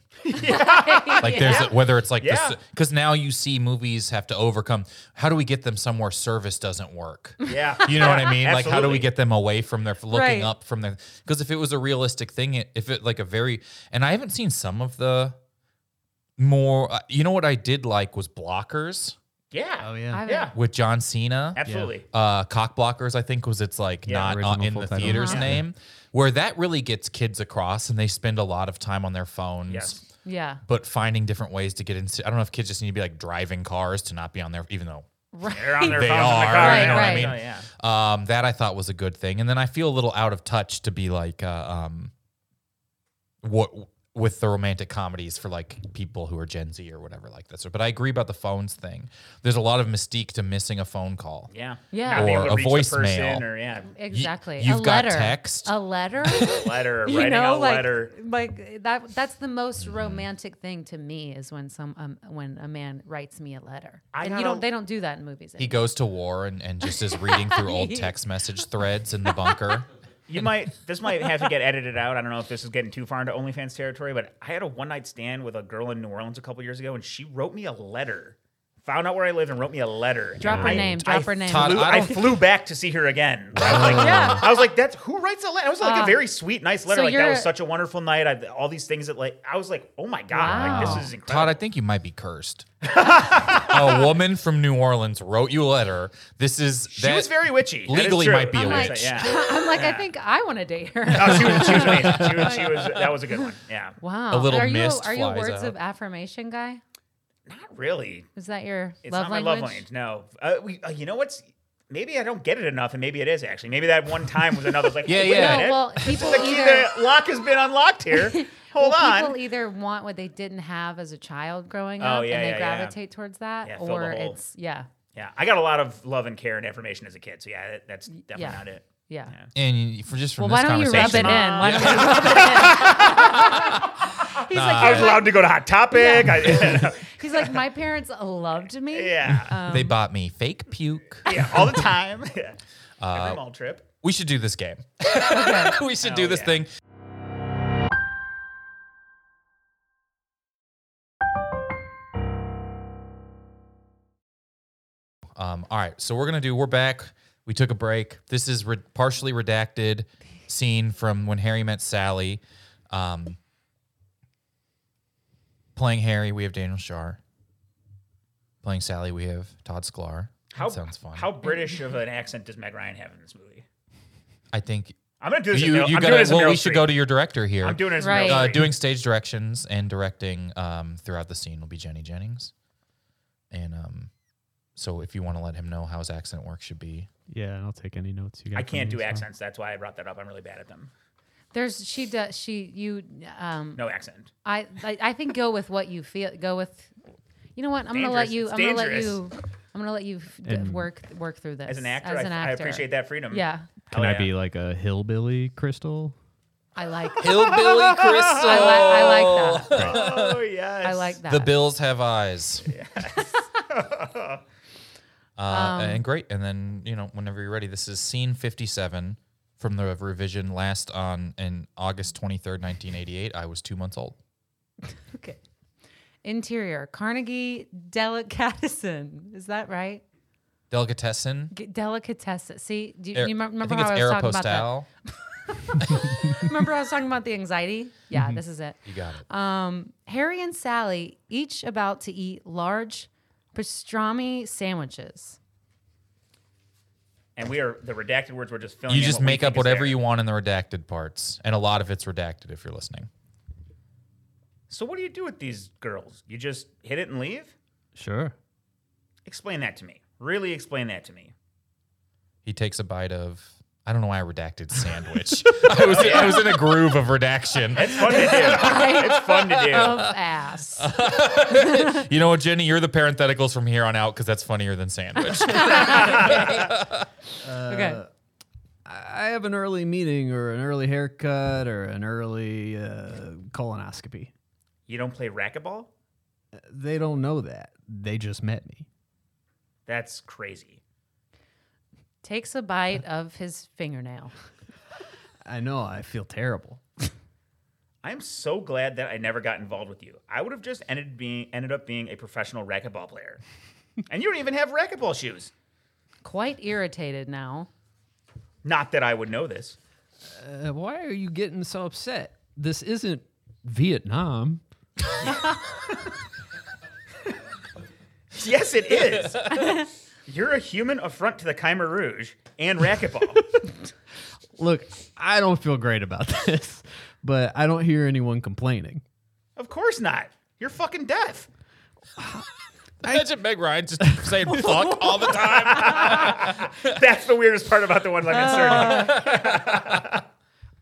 S1: Like there's a, whether it's like
S3: Yeah.
S1: because now you see movies have to overcome. How do we get them somewhere service doesn't work?
S3: Yeah.
S1: You know what I mean? Like, how do we
S3: Absolutely.
S1: get them away from their looking
S2: Right.
S1: up from their? Because if it was a realistic thing, it- if it like a very, and I haven't seen some of the more. uh, You know what I did like was Blockers
S3: Yeah.
S5: Oh
S2: I
S5: yeah.
S2: haven't-
S3: Yeah.
S1: with John Cena.
S3: Absolutely.
S1: Uh, Cock Blockers, I think, was its like
S3: Yeah,
S1: not uh,
S5: original
S1: in
S5: full
S1: the
S5: title.
S1: theater's
S2: Uh-huh.
S1: name, where that really gets kids across, and they spend a lot of time on their phones.
S3: Yes.
S2: Yeah.
S1: But finding different ways to get into, I don't know if kids just need to be like driving cars to not be on their, even though
S3: They're on their
S1: They
S3: phones in
S1: are,
S3: the car.
S2: Right,
S3: you know
S2: right.
S3: what I
S1: Oh,
S3: mean? Yeah.
S1: Um, that I thought was a good thing, and then I feel a little out of touch to be like, uh, um, what with the romantic comedies for like people who are Gen Z or whatever like this. But I agree about the phones thing. There's a lot of mystique to missing a phone call.
S3: Yeah.
S2: Yeah.
S3: Not being
S1: Or
S3: able to
S1: a
S3: reach the person
S1: voicemail.
S3: Or, yeah.
S2: Exactly.
S1: you've
S2: a
S1: got
S2: letter.
S1: text.
S2: A letter.
S3: Letter.
S2: you
S3: writing
S2: know,
S3: a
S2: like,
S3: letter.
S2: like that. That's the most romantic thing to me is when some um, when a man writes me a letter.
S3: I
S2: and
S3: got
S2: you
S3: a-
S2: don't. They don't do that in movies.
S1: He goes to war and, and just is reading through old text message threads in the bunker.
S3: You might. This might have to get edited out. I don't know if this is getting too far into OnlyFans territory, but I had a one night stand with a girl in New Orleans a couple years ago, and she wrote me a letter. Found out where I lived and wrote me a letter.
S2: Drop
S3: And
S2: her
S3: I-
S2: name.
S3: I
S2: Drop her name.
S1: Todd,
S3: flew-
S1: I
S3: I,
S1: don't-
S3: flew back to see her again. I was like,
S2: Yeah.
S3: I was like, that's who writes a letter. It was like
S2: Ah.
S3: a very sweet, nice letter.
S2: So
S3: like that
S2: you're-
S3: was such a wonderful night. I, all these things that like I was like, oh my god, like
S2: Wow.
S3: this is incredible.
S1: Todd, I think you might be cursed. a woman from New Orleans wrote you a letter. This is
S3: she was very witchy. That is
S1: legally
S3: true.
S1: might be a
S3: I would
S1: witch.
S3: say, Yeah.
S2: I'm like, I think I want to date her.
S3: Oh, she was, she was amazing. She was, she was. That was a good one. Yeah.
S2: wow.
S1: little
S2: are you
S1: mist
S2: are you
S1: flies
S2: a words
S1: out.
S2: of affirmation guy?
S3: Not really.
S2: Is that your
S3: It's
S2: love
S3: not
S2: language?
S3: my love language. No. Uh, we, uh, you know what's? Maybe I don't get it enough, and maybe it is actually. Maybe that one time was another. Like,
S1: Yeah,
S3: hey, wait a
S1: yeah.
S2: No,
S3: minute.
S2: well, people
S3: the key
S2: either
S3: to lock has been unlocked here. Hold
S2: well,
S3: on.
S2: People e-, either want what they didn't have as a child growing
S3: Oh,
S2: up,
S3: yeah,
S2: and they
S3: yeah, yeah.
S2: gravitate towards that,
S3: Yeah, fill the
S2: or
S3: hole.
S2: it's yeah,
S3: yeah, I got a lot of love and care and affirmation as a kid. So yeah, that, that's definitely
S2: Yeah.
S3: not it.
S2: yeah.
S1: and for just from
S2: Well, why
S1: this
S2: don't you rub it in?
S1: conversation,
S2: Why don't you
S1: Yeah.
S2: rub it in? he's
S3: I
S2: like,
S3: was allowed to go to Hot Topic. I,
S2: he's like, my parents loved me.
S3: yeah.
S2: Uh.
S1: they bought me fake puke.
S3: yeah, all the time. Yeah.
S1: Uh,
S3: Every mall trip.
S1: We should do this game. we should
S3: Oh,
S1: do this
S3: yeah.
S1: thing. Um, all right, so we're gonna do. We're back. We took a break. This is re- partially redacted scene from when Harry met Sally. Um, playing Harry, we have Daniel Shar. Playing Sally, we have Todd Sklar.
S3: How
S1: that sounds fun.
S3: How British of an accent does Meg Ryan have in this movie?
S1: I think
S3: I'm gonna do this.
S1: you,
S3: in,
S1: you
S3: I'm
S1: gotta.
S3: doing this in
S1: well,
S3: Meryl
S1: we should
S3: Streep.
S1: go to your director here.
S3: I'm doing it as
S2: Right.
S3: Meryl
S1: uh,
S3: Streep.
S1: doing stage directions and directing um, throughout the scene will be Jenny Jennings. And um, so if you want to let him know how his accent work should be,
S5: Yeah, and I'll take any notes you got.
S3: I
S5: for
S3: can't
S5: me,
S3: do
S5: so.
S3: accents. That's why I brought that up. I'm really bad at them.
S2: There's she does she you um
S3: No accent.
S2: I, I I think go with what you feel. Go with you know what I'm gonna let
S3: dangerous.
S2: you
S3: It's
S2: I'm gonna let
S3: dangerous.
S2: you I'm gonna let you f- d-
S5: And-
S2: work work through this
S3: As an actor,
S2: As an
S3: I, I
S2: actor,
S3: appreciate that freedom.
S2: Yeah,
S5: Can
S3: Hell
S5: I be
S3: yeah.
S5: like a hillbilly crystal?
S2: I like
S1: Hillbilly Crystal.
S2: I like I like that.
S3: Oh yes.
S2: I like that.
S1: The Bills have eyes. Uh, and great. And then you know, whenever you're ready, this is scene 57 from the revision last on in August 23rd, 1988. I was two months old.
S2: Okay. Interior Carnegie delicatessen. Is that right?
S1: Delicatessen.
S2: G- delicatessen. See, do you,
S1: Air-
S2: you mem- remember
S1: I think
S2: how
S1: it's
S2: I was talking about that?
S1: Aeropostale.
S2: Remember I was talking about the anxiety? Yeah,
S1: Mm-hmm.
S2: this is it.
S1: You got it.
S2: Um, Harry and Sally each about to eat large pastrami sandwiches.
S3: And we are the redacted words. We're just filling.
S1: you
S3: in
S1: just
S3: what we
S1: make
S3: think
S1: up
S3: is
S1: whatever
S3: there.
S1: you want in the redacted parts, and a lot of it's redacted if you're listening.
S3: So what do you do with these girls? You just hit it and leave?
S5: Sure.
S3: Explain that to me. Really explain that to me.
S1: He takes a bite of. I don't know why I redacted sandwich. I was I was in a groove of redaction.
S3: It's fun to do. it's fun to do.
S2: Of ass.
S1: You know what, Jenny? You're the parentheticals from here on out because that's funnier than sandwich.
S2: okay.
S5: I have an early meeting or an early haircut or an early uh, colonoscopy.
S3: You don't play racquetball?
S5: They don't know that. They just met me.
S3: That's crazy.
S2: Takes a bite of his fingernail.
S5: I know. I feel terrible.
S3: I'm so glad that I never got involved with you. I would have just ended being ended up being a professional racquetball player. and you don't even have racquetball shoes.
S2: Quite irritated now.
S3: Not that I would know this.
S5: Uh, why are you getting so upset? This isn't Vietnam.
S3: Yes, it is. You're a human affront to the Khmer Rouge and racquetball.
S5: Look, I don't feel great about this, but I don't hear anyone complaining.
S3: of course not. You're fucking deaf.
S1: Imagine Meg Ryan just saying fuck all the time.
S3: That's the weirdest part about the one lemon surname.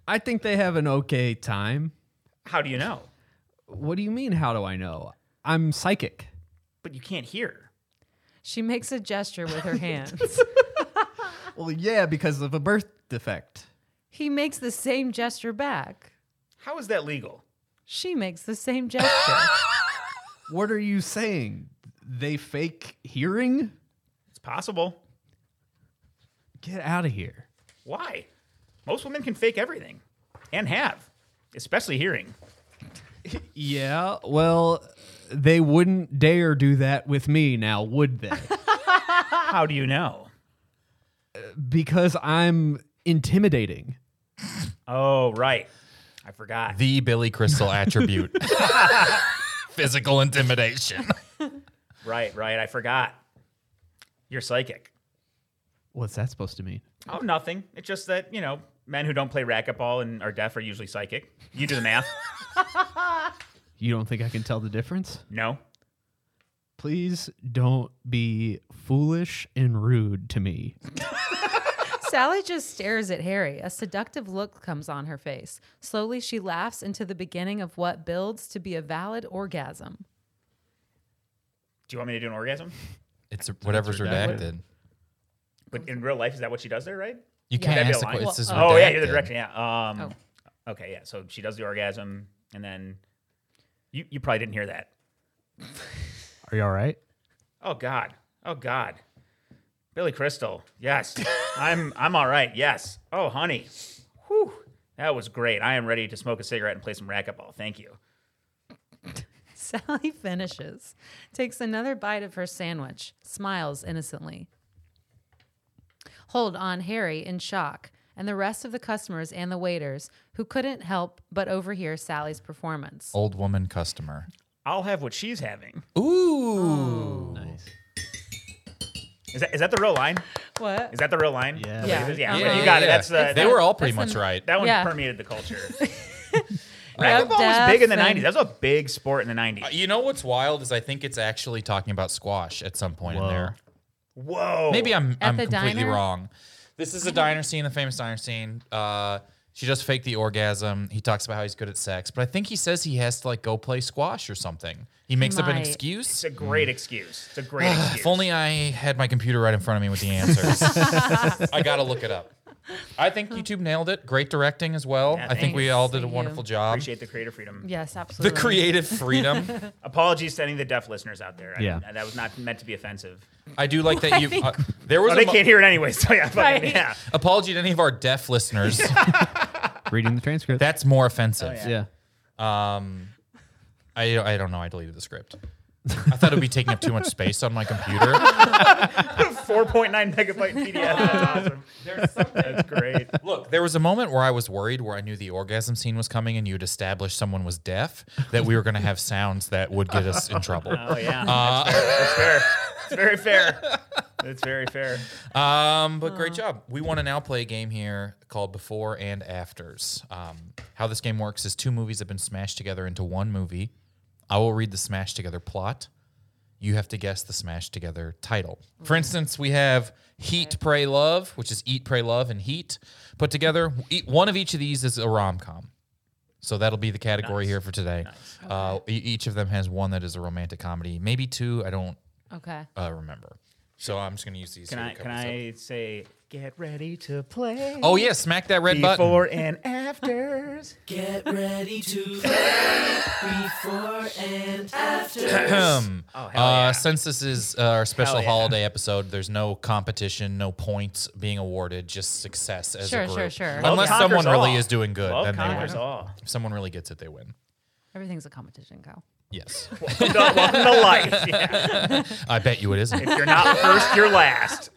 S5: I think they have an okay time.
S3: How do you know?
S5: What do you mean? How do I know? I'm psychic.
S3: But you can't hear.
S2: She makes a gesture with her hands.
S5: Well, yeah, because of a birth defect.
S2: he makes the same gesture back.
S3: How is that legal?
S2: She makes the same gesture.
S5: What are you saying? They fake hearing?
S3: It's possible.
S5: Get out of here.
S3: Why? Most women can fake everything and have, especially hearing.
S5: Yeah, well, they wouldn't dare do that with me now, would they?
S3: How do you know?
S5: because I'm intimidating.
S3: Oh, right. I forgot.
S1: The Billy Crystal attribute. Physical intimidation.
S3: Right, right. I forgot. You're psychic.
S5: What's that supposed to mean?
S3: Oh, nothing. It's just that, you know, men who don't play racquetball and are deaf are usually psychic. You do the math.
S5: You don't think I can tell the difference?
S3: No.
S5: Please don't be foolish and rude to me.
S2: Sally just stares at Harry. A seductive look comes on her face. Slowly, she laughs into the beginning of what builds to be a valid orgasm.
S3: Do you want me to do an orgasm?
S1: It's whatever's redacted.
S3: But in real life, is that what she does there, right?
S1: You
S2: Yeah.
S1: can't
S3: That'd be
S1: ask
S3: a
S1: the
S3: line.
S1: question. It's just
S3: Oh, yeah, you're the
S1: redacted.
S3: director. Yeah. Um, Okay, yeah. So she does the orgasm, and then you, you probably didn't hear that.
S5: Are you all right?
S3: Oh God. Oh God. Billy Crystal. Yes. I'm I'm all right. Yes. Oh honey. Whew. That was great. I am ready to smoke a cigarette and play some racquetball. Thank you.
S2: Sally finishes, takes another bite of her sandwich, smiles innocently. Hold on, Harry, in shock, and the rest of the customers and the waiters who couldn't help but overhear Sally's performance.
S3: Oh.
S1: Old woman customer.
S3: I'll have what she's having.
S1: Ooh.
S3: Is that is that the real line?
S2: What?
S3: Is that the real line?
S5: Yeah.
S3: Okay,
S2: Yeah.
S3: yeah.
S2: Yeah,
S3: okay,
S2: yeah,
S3: You got it.
S1: yeah.
S3: That's uh,
S1: they
S3: that,
S1: were all pretty
S2: that's
S1: much
S2: an-
S1: right.
S3: that one
S2: Yeah.
S3: permeated the culture.
S2: Rub
S3: racquetball was big in the
S2: def and-
S3: '90s. That was a big sport in the '90s.
S1: You know what's wild is I think it's actually talking about squash at some point in there.
S3: Whoa.
S1: Maybe I'm
S2: At
S1: I'm
S2: the
S1: completely
S2: diner?
S1: wrong. This is a diner scene, the famous diner scene. Uh, she does fake the orgasm. He talks about how he's good at sex, but I think he says he has to like go play squash or something. He makes up an
S2: Might.
S1: excuse.
S3: It's a great excuse. It's a great excuse.
S1: If only I had my computer right in front of me with the answers. I gotta look it up. I think YouTube nailed it. Great directing as well. I think we
S2: thanks.
S1: all did a
S2: Thank you.
S1: wonderful job.
S3: Appreciate the creative freedom.
S2: Yes,
S1: The
S2: absolutely.
S1: creative freedom.
S3: Apologies to any of the deaf listeners out there. I-
S5: Yeah.
S3: that was not meant to be offensive.
S1: I do like that you've. Uh, there was a
S3: Well, Oh, they
S1: mo-
S3: can't hear it anyway, so yeah, fucking-
S2: Right.
S3: yeah.
S1: apology to any of our deaf listeners.
S5: Reading the transcript.
S1: That's more offensive.
S5: yeah.
S1: Um, I I don't know. I deleted the script. I thought it would be taking up too much space on my computer.
S3: 4.9 megabyte PDF. That's awesome. That's great.
S1: Look, there was a moment where I was worried, where I knew the orgasm scene was coming, and you'd established someone was deaf, that we were going to have sounds that would get us in trouble.
S3: Oh yeah,
S1: Uh,
S3: that's, fair. that's fair. It's very fair. It's very fair.
S1: Um, but great job. We want to now play a game here called Before and Afters. Um, how this game works is two movies have been smashed together into one movie. I will read the smashed together plot. You have to guess the smashed together title. For instance, we have Heat, Pray, Love, which is Eat, Pray, Love, and Heat put together. E- One of each of these is a rom com. So that'll be the category here for today. Uh, e- each of them has one that is a romantic comedy, maybe two. I don't
S2: Okay.
S1: uh, remember. So I'm just going to use these.
S3: Can
S1: here to
S3: I
S1: cover
S3: can
S1: this up.
S3: I say get ready to play?
S1: Oh yeah, smack that red button.
S3: Before and afters.
S1: Ahem.
S3: Oh, hell yeah.
S1: uh, since this is uh, our special
S3: Hell yeah.
S1: holiday episode, there's no competition, no points being awarded, just success as
S2: Sure,
S1: a
S2: sure,
S1: group.
S2: sure.
S3: Love
S1: Unless
S3: conquers
S1: someone really
S3: all.
S1: is doing good,
S3: Love
S1: then they
S3: conquers
S1: win.
S3: all.
S1: If someone really gets it, they win.
S2: Everything's a competition, Kyle.
S1: Yes,
S3: Welcome to, welcome to life. Yeah.
S1: I bet you it isn't.
S3: If you're not first, you're last.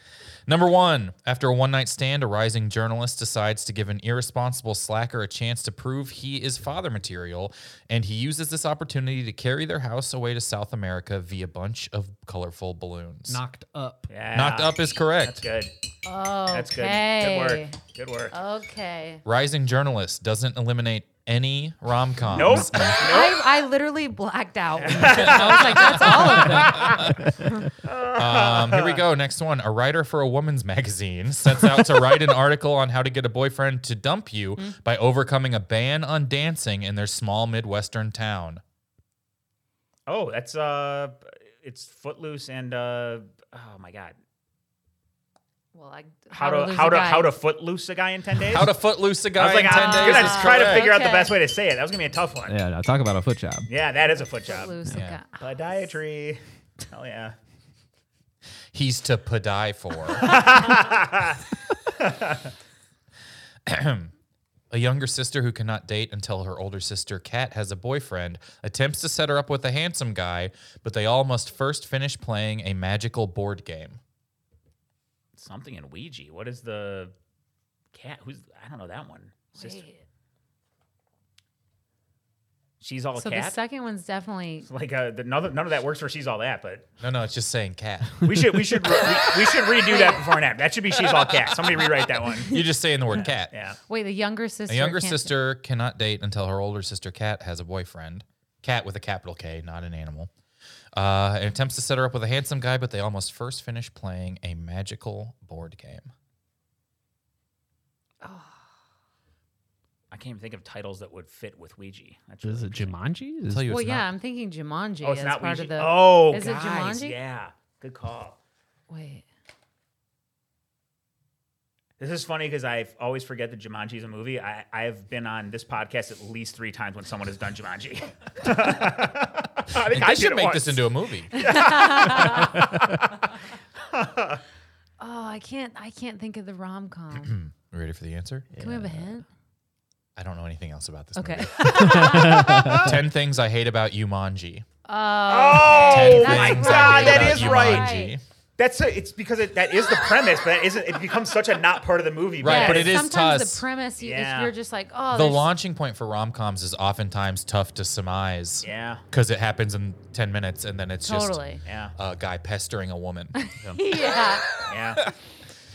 S1: Number one, after a one night stand, a rising journalist decides to give an irresponsible slacker a chance to prove he is father material, and he uses this opportunity to carry their house away to South America via a bunch of colorful balloons.
S5: Knocked up.
S3: Yeah.
S1: Knocked up is correct.
S3: That's good.
S2: Oh,
S3: That's good. Good work. Good work.
S2: Okay.
S1: Rising Journalist doesn't eliminate any rom coms.
S3: nope.
S2: I, I literally blacked out. when you said that. I was like, that's all of them.
S1: Um, here we go. Next one. A writer for a woman's magazine sets out to write an article on how to get a boyfriend to dump you by overcoming a ban on dancing in their small Midwestern town.
S3: Oh, that's uh, it's Footloose and uh, oh my God,
S2: Well, I,
S3: how, to
S2: lose
S3: how
S2: a
S3: to
S2: guy.
S3: how to Footloose a guy in ten days.
S1: How to footloose a guy
S3: I was like,
S1: in 10
S3: I'm
S1: days.
S3: gonna
S1: is
S3: try to
S1: correct.
S3: figure out the
S2: Okay.
S3: best way to say it. That was gonna be a tough one. Yeah,
S5: Yeah, now talk about a foot job.
S3: that is a foot job.
S2: lose a
S1: Yeah.
S2: guy.
S3: Podiatry. Hell yeah.
S1: He's to padi for. a younger sister who cannot date until her older sister Kat has a boyfriend attempts to set her up with a handsome guy, but they all must first finish playing a magical board game.
S3: Something in Ouija. What is the cat? Who's I don't know that one. Sister.
S2: Wait.
S3: She's all
S2: So the
S3: cat.
S2: second one's definitely
S3: It's like uh, the, none, of, none of that works for she's all that, but
S1: No, no, it's just saying cat.
S3: we should we should re- we, we should redo that before an app. That should be she's all cat. Somebody rewrite that one.
S1: You're just saying the word cat.
S3: Yeah.
S2: wait the younger sister.
S1: A younger
S2: can't-
S1: sister cannot date until her older sister Kat has a boyfriend. Cat with a capital K, not an animal. Uh, and attempts to set her up with a handsome guy, but they almost first finish playing a magical board game.
S3: I can't even think of titles that would fit with Ouija. That's
S5: Is
S3: really
S5: it Jumanji? Is-
S1: tell you
S2: Well,
S1: it's
S2: yeah,
S1: not.
S2: I'm thinking Jumanji.
S3: Oh, it's
S2: as
S3: not
S2: part
S3: Ouija.
S2: of the.
S3: oh,
S2: is
S3: guys,
S2: it Jumanji?
S3: Yeah, good call.
S2: Wait.
S3: This is funny because I always forget that Jumanji is a movie. I, I've been on this podcast at least three times when someone has done Jumanji. I think
S1: I
S3: I
S1: should
S3: did
S1: make
S3: it
S1: this
S3: once.
S1: into a movie.
S2: Oh, I can't. I can't think of the rom com.
S1: You ready for the answer?
S2: Can we have a hint?
S1: I don't know anything else about this.
S2: Okay.
S1: movie. Ten things I hate about Umanji.
S2: Oh,
S1: Ten
S2: that's
S3: my
S1: things
S3: God,
S1: I hate
S3: that
S1: about
S3: is right.
S1: Jumanji.
S3: That's a, it's because it, that is the premise, but that isn't. It becomes such a not part of the movie.
S1: Right, but
S3: it's-
S1: it is
S2: sometimes
S1: toss.
S2: the premise. You,
S3: Yeah.
S2: if you're just like, oh,
S1: The
S2: there's-
S1: launching point for rom coms is oftentimes tough to surmise.
S3: Yeah,
S1: Because it happens in ten minutes, and then it's
S2: totally.
S3: yeah,
S1: just a guy pestering a woman.
S2: yeah,
S3: yeah.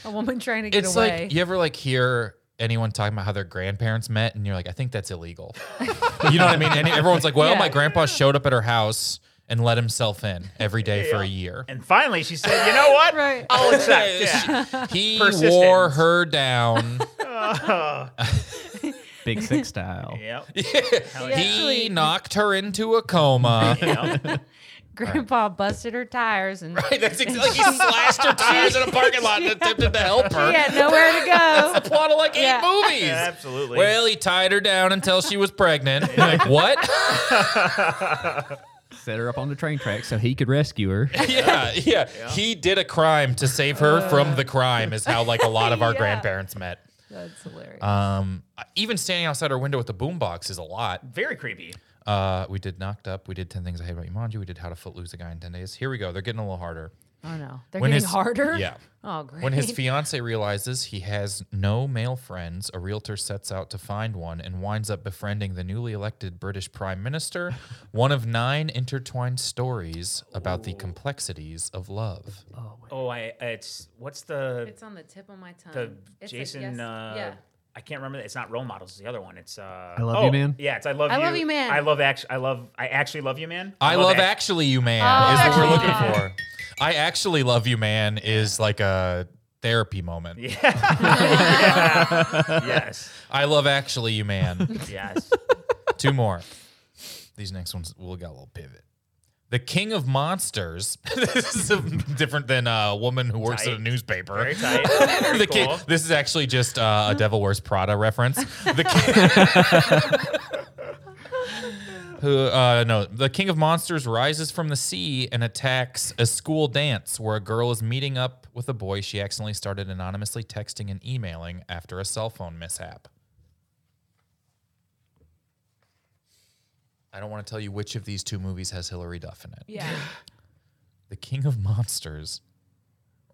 S2: a woman trying to get
S1: it's
S2: away.
S1: like you ever like hear anyone talking about how their grandparents met, and you're like, I think that's illegal. you know what I mean? And everyone's like, Well,
S2: Yeah.
S1: my grandpa showed up at her house and let himself in every day for a year.
S3: And finally, she said, "You know what?
S2: Right.
S3: I'll accept." Yeah.
S1: He
S3: Persistence.
S1: wore her down.
S3: Uh,
S5: Big Six style.
S3: Yep.
S1: He knocked her into a coma.
S3: Yep.
S2: Grandpa busted her tires and
S1: Right, that's ex- like he slashed her tires in a parking lot and attempted to help her.
S2: she had nowhere to go.
S1: The plot of like eight
S2: Yeah.
S1: movies.
S3: Yeah, absolutely.
S1: Well, he tied her down until she was pregnant. like what?
S5: Set her up on the train track so he could rescue her.
S1: yeah, yeah, He did a crime to save her from the crime. Is how like a lot of our
S2: Yeah.
S1: grandparents met.
S2: That's hilarious.
S1: Um, even standing outside our window with the boombox is a lot.
S3: Very creepy.
S1: Uh, we did knocked up. We did ten things I hate about Jumanji. We did how to foot lose a guy in ten days. Here we go. They're getting a little harder.
S2: oh no, they're
S1: when
S2: getting
S1: his-
S2: harder.
S1: yeah.
S2: Oh great.
S1: When his fiance realizes he has no male friends, a realtor sets out to find one and winds up befriending the newly elected British Prime Minister, one of nine intertwined stories about the complexities of love.
S3: Oh, I it's what's the
S2: it's on the tip of my tongue.
S3: the
S2: It's a
S3: Jason?
S2: yes-
S3: uh,
S2: yeah.
S3: I can't remember. It's not role models. It's the other one. It's uh,
S5: I Love You,
S3: oh,
S5: Man?
S3: Yeah, it's I love
S2: I
S3: you.
S2: Love You, Man.
S3: I love actually. I love. I actually love you, man.
S1: I, love,
S3: Act-
S1: Actually You Man
S2: Oh,
S1: is what we're
S2: Actually.
S1: looking for. I Actually Love You Man is like a therapy moment.
S3: Yeah. Yeah. Yes.
S1: I Love Actually You Man.
S3: Yes.
S1: Two more. These next ones will got a little pivot. The King of Monsters. this is a, different than uh, a woman who works at a
S3: Tight.
S1: newspaper.
S3: Very tight.
S1: the
S3: Very
S1: king,
S3: cool.
S1: This is actually just uh, a Devil Wears Prada reference. The king, who uh, no, the King of Monsters rises from the sea and attacks a school dance where a girl is meeting up with a boy she accidentally started anonymously texting and emailing after a cell phone mishap. I don't want to tell you which of these two movies has Hilary Duff in it.
S2: yeah.
S1: The king of monsters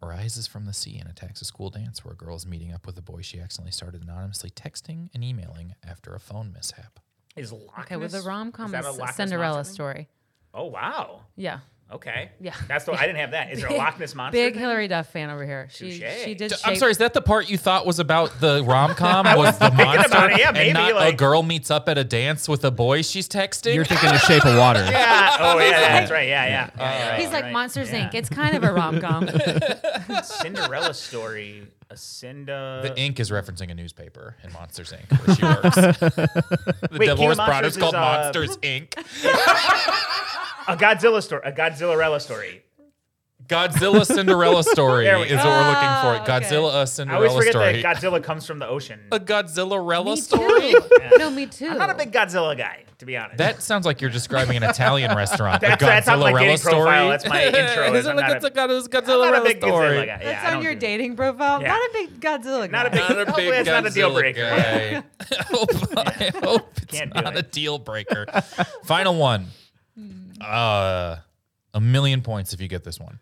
S1: rises from the sea and attacks a school dance where a girl is meeting up with a boy she accidentally started anonymously texting and emailing after a phone mishap.
S3: Is Loch
S2: Okay, well the
S3: Ness-
S2: rom com
S3: is that
S2: is
S3: a Loch Ness
S2: Cinderella
S3: monster thing?
S2: story.
S3: Oh wow.
S2: Yeah.
S3: Okay.
S2: Yeah.
S3: That's the I didn't have that. Is there a Loch Ness monster?
S2: Big
S3: thing?
S2: Hillary Duff fan over here. She
S3: Touche.
S2: she did.
S1: D-
S2: Shape,
S1: I'm sorry, is that the part you thought was about the rom com? was the
S3: thinking
S1: monster
S3: about it, yeah, maybe,
S1: and not a
S3: like-
S1: girl meets up at a dance with a boy she's texting?
S5: You're thinking the shape of water.
S3: Yeah. Oh yeah, that's right. Yeah, yeah. Uh, yeah you're right,
S2: He's
S3: you're
S2: like
S3: right.
S2: Monsters
S3: Yeah.
S2: Inc. It's kind of a rom com.
S3: Cinderella story. A Cinda.
S1: the Ink is referencing a newspaper in Monsters Inc. where she works. the
S3: Wait, King
S1: Devil
S3: of
S1: Wears Prada
S3: Monsters
S1: is called
S3: is, uh,
S1: Monsters Inc.
S3: a Godzilla story. A Godzillarella story.
S1: Godzilla Cinderella story
S3: There we
S1: is what we're looking for.
S2: Ah, okay.
S1: Godzilla a
S3: I always
S1: Cinderella
S3: forget
S1: story.
S3: that Godzilla comes from the ocean.
S1: a Godzillarella
S2: me
S1: story?
S2: too. No, me too.
S3: I'm not a big Godzilla guy, to be honest.
S1: That sounds like you're describing an Italian restaurant.
S3: That's-
S1: a
S3: that's not my
S1: Godzillarella
S3: dating
S1: story.
S3: profile. That's my intro, is
S1: Isn't
S3: I'm
S1: it-
S3: not a-
S1: it's a God- it's a
S3: I'm not a
S1: Godzillarella
S3: big Godzilla
S1: story.
S3: guy. Yeah,
S2: That's
S3: I
S2: on
S3: don't
S2: your
S3: do-
S2: dating profile.
S3: Yeah.
S2: Not a big Godzilla.
S3: Not
S2: guy.
S3: a big-
S1: Not a
S3: Hopefully
S1: big
S3: it's not a deal
S1: Godzilla
S3: breaker.
S1: guy. I hope, I hope it's
S3: Can't do
S1: not a
S3: it.
S1: deal breaker. Final one. Uh, a million points if you get this one.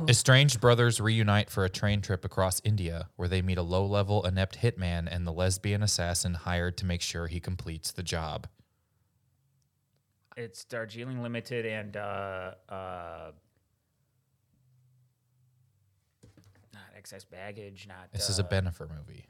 S1: Estranged brothers reunite for a train trip across India where they meet a low level, inept hitman and the lesbian assassin hired to make sure he completes the job.
S3: It's Darjeeling Limited and uh, uh, not excess baggage. Not
S1: This
S3: uh,
S1: is a Benefer movie.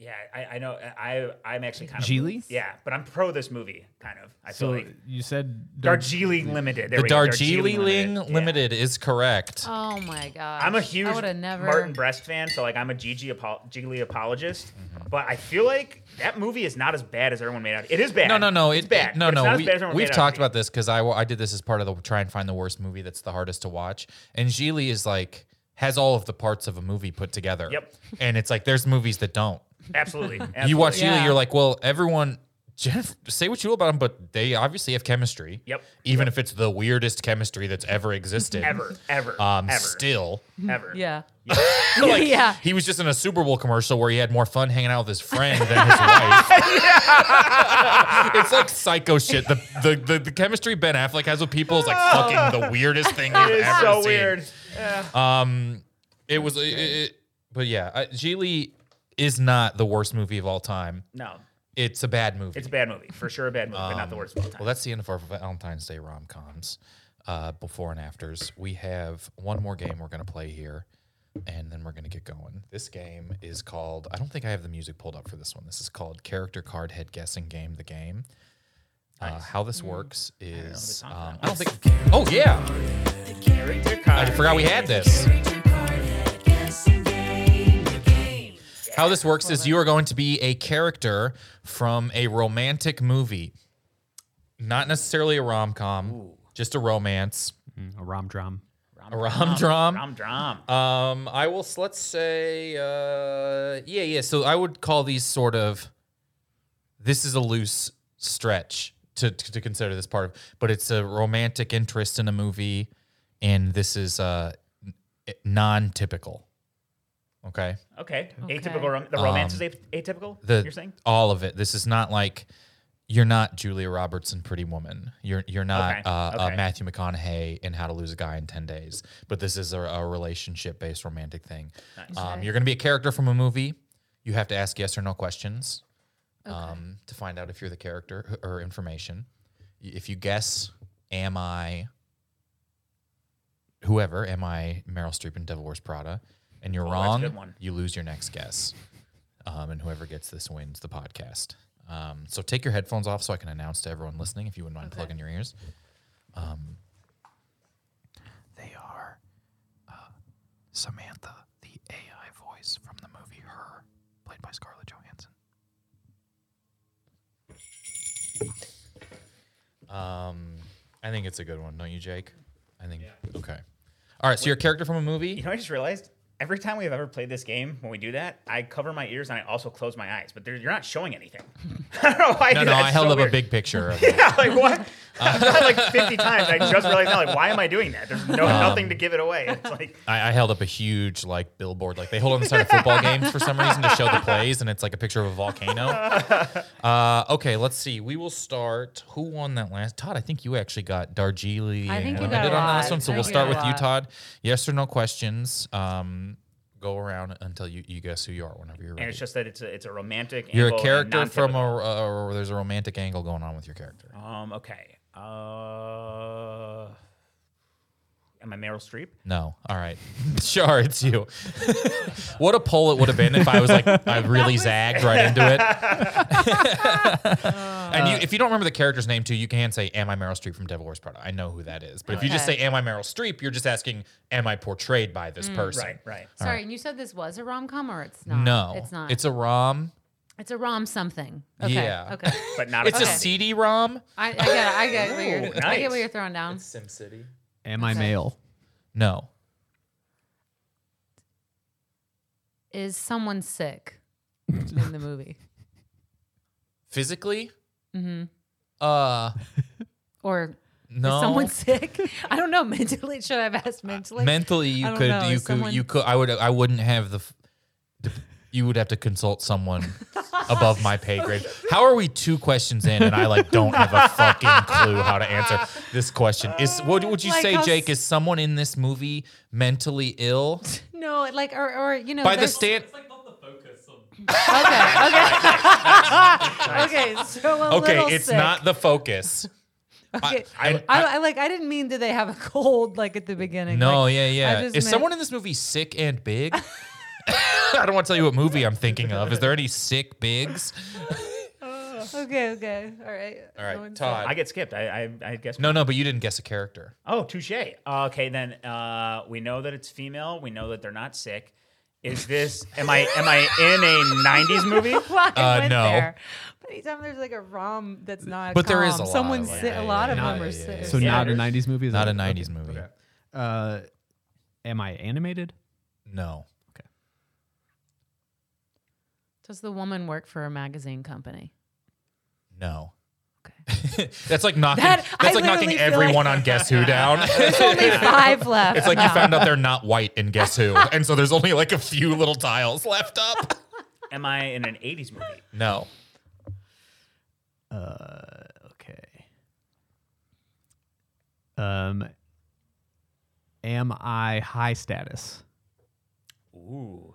S3: Yeah, I, I know. I I'm actually kind of
S5: Geely?
S3: Yeah, but I'm pro this movie, kind of. I feel
S5: So
S3: like
S5: you said
S3: Darjeeling Limited. There
S1: the
S3: we go,
S1: Darjeeling Limited,
S3: Yeah.
S1: is correct.
S2: Oh my god.
S3: I'm a huge
S2: I would have never.
S3: Martin Brest fan, so like I'm a Gigi apo- Gigli apologist.
S1: Mm-hmm.
S3: But I feel like that movie is not as bad as everyone made out. It is bad.
S1: no, no, no.
S3: It's
S1: it-
S3: bad.
S1: No,
S3: but
S1: no.
S3: It's not as
S1: we,
S3: bad as everyone made
S1: we've
S3: out
S1: talked
S3: to be.
S1: about this because I, I did this as part of the try and find the worst movie that's the hardest to watch. And Gigli is like has all of the parts of a movie put together.
S3: Yep.
S1: And it's like there's movies that don't.
S3: Absolutely.
S1: You watch Gigli,
S3: absolutely.
S2: Yeah.
S1: you're like, well, everyone. Jeff, say what you will about them, but they obviously have chemistry.
S3: Yep.
S1: Even if it's the weirdest chemistry that's ever existed.
S3: ever, ever,
S1: Um.
S3: ever,
S1: Still.
S3: ever.
S2: Yeah.
S1: Like,
S2: Yeah.
S1: He was just in a Super Bowl commercial where he had more fun hanging out with his friend than his wife. it's like psycho shit. The, the the the chemistry Ben Affleck has with people is like fucking the weirdest thing you've
S3: It is
S1: ever
S3: so
S1: seen.
S3: weird.
S1: Um, it was, it, it- but yeah, uh, Geely is not the worst movie of all time.
S3: No,
S1: It's a bad movie.
S3: it's a bad movie for sure. A bad movie, but not the worst of all time.
S1: Well, that's the end of our Valentine's Day rom coms, uh, before and afters. We have one more game we're going to play here, and then we're going to get going. This game is called, I don't think I have the music pulled up for this one. This is called Character Card Head Guessing Game, the game. Uh, how this works is,
S3: song for
S1: um, I don't think, oh, yeah. I forgot we had this. How this works is you are going to be a character from a romantic movie, not necessarily a rom com, just a romance.
S5: a rom drum.
S1: Ram drum.
S3: Ram drum.
S1: Um, I will. s- Let's say, uh, yeah, yeah. So I would call these sort of. This is a loose stretch to to, to consider this part of, but it's a romantic interest in a movie, and this is uh non typical. Okay,
S3: Okay.
S2: Okay.
S3: Atypical. Rom- the romance is a- atypical.
S1: Um, the
S3: you're saying?
S1: all of it. This is not like. You're not Julia Roberts in Pretty Woman. You're you're not
S3: Okay,
S1: Uh, Uh,
S3: okay.
S1: Matthew McConaughey in How to Lose a Guy in Ten Days. But this is a, a relationship based romantic thing. Um, you're going to be a character from a movie. You have to ask yes or no questions um, to find out if you're the character or information. Y- If you guess, am I whoever? Am I Meryl Streep in Devil Wears Prada? And you're
S3: Oh, that's a
S1: wrong,
S3: good one.
S1: you lose your next guess. Um, and whoever gets this wins the podcast. Um, so take your headphones off so I can announce to everyone listening if you wouldn't mind plugging your ears. Um, They are uh, Samantha, the AI voice from the movie Her, played by Scarlett Johansson. Um, I think it's a good one, don't you, Jake? I think. Okay. All right. So your character from a
S3: You
S1: movie.
S3: know, I just realized every time we've ever played this game, when we do that, I cover my ears and I also close my eyes. But there- you're not showing anything. I don't know why.
S1: No,
S3: do
S1: no.
S3: that.
S1: I
S3: It's
S1: held
S3: so
S1: up
S3: weird.
S1: a big picture. Of it.
S3: Yeah, like what? I've done it like 50 times. I just realized now, like, why am I doing that? There's no
S1: Um,
S3: nothing to give it away. It's like
S1: I, I held up a huge like billboard, like they hold on the side of football games for some reason to show the plays, and it's like a picture of a volcano. Uh, okay, let's see. We will start. Who won that last? Todd, I think you actually got Darjeeli.
S2: I think
S1: and
S2: you got
S1: Limited on the
S2: a lot.
S1: last one, so
S2: I
S1: we'll
S2: think
S1: start
S2: you
S1: with
S2: got a
S1: you,
S2: lot.
S1: Todd. Yes or no questions. Um, go around until you, you guess who you are whenever you're ready.
S3: and it's just that it's a it's a romantic.
S1: you're
S3: angle
S1: a
S3: and
S1: character from a,
S3: non-typical.
S1: uh, there's a romantic angle going on with your character.
S3: Um. Okay. Uh. Am I Meryl Streep?
S1: No. All right. sure, it's you. what a poll it would have been if I was like, I really zagged right into it. and you, if you don't remember the character's name too, you can say, Am I Meryl Streep from Devil Wears Prada? I know who that is. But if you just say,
S2: Okay.
S1: Am I Meryl Streep? You're just asking, Am I portrayed by this person?
S3: Right. Right.
S2: Sorry, and you said this was a rom com or it's not?
S1: No.
S2: It's not.
S1: It's a ROM.
S2: It's a rom something. Okay.
S1: Yeah.
S2: Okay.
S3: But not.
S1: It's
S3: a
S1: a
S2: Okay.
S3: comedy.
S1: CD ROM.
S2: I, I get it. I get what you're. I
S3: Ooh,
S2: get what
S3: nice.
S2: you're throwing down.
S1: SimCity.
S5: Am I male?
S1: No.
S2: Is someone sick in the movie,
S1: Physically?
S2: hmm
S1: Uh,
S2: or
S1: no.
S2: is someone sick? I don't know. Mentally, should I have asked mentally?
S1: mentally you
S2: I don't
S1: could
S2: know,
S1: you
S2: is
S1: could
S2: someone-
S1: you could i would i wouldn't have the, f- the you would have to consult someone above my pay grade how are we two questions in and i like don't have a fucking clue how to answer this question is what would you
S2: Uh, Like
S1: say
S2: how
S1: jake
S2: s-
S1: is someone in this movie mentally ill
S2: no, like or or you know
S1: by the
S2: there's-
S1: stand
S2: Okay. Okay. okay. So a
S1: okay
S2: little
S1: it's
S2: sick.
S1: not the focus I-
S2: Okay.
S1: I-
S2: I, I like. I didn't mean. Did they have a cold? Like at the beginning?
S1: No,
S2: Like,
S1: yeah, yeah.
S2: I
S1: Is
S2: just meant-
S1: someone in this movie sick and big? I don't want to tell you what movie I'm thinking of. Is there any sick bigs?
S2: Okay. Okay. All right.
S1: All right,
S2: No one's
S1: Todd.
S3: I get skipped. I I, I guess.
S1: No, no, but you didn't guess a character.
S3: Oh, touche. Okay, then uh, we know that it's female. We know that they're not sick. Is this? Am I? Am I in a '90s movie?
S2: sick. Why I
S1: Uh,
S2: went
S1: no.
S2: there. But anytime there's like a rom that's not. a
S1: But there is
S2: com,
S1: a lot
S2: Someone's
S1: of them.
S2: sick.
S1: Yeah,
S2: a lot
S1: yeah,
S2: of
S1: yeah,
S2: them
S1: yeah,
S2: are
S1: yeah,
S2: sick.
S1: yeah.
S5: So
S3: Yeah,
S5: not a
S3: there's-
S5: '90s movie. is
S1: Not
S5: that
S1: a
S5: right?
S1: 90s movie.
S5: Uh, am I animated?
S1: No.
S2: Does the woman work for a magazine company?
S1: No. that's like knocking
S2: That- I
S1: that's like knocking
S2: literally feel like-
S1: everyone on guess who down. it's
S2: Only five left.
S1: like you
S2: now.
S1: found out they're not white in guess who. And so there's only like a few little tiles left up.
S3: Am I in an '80s movie?
S1: No.
S5: Uh, okay. Um, am I high status?
S3: Ooh.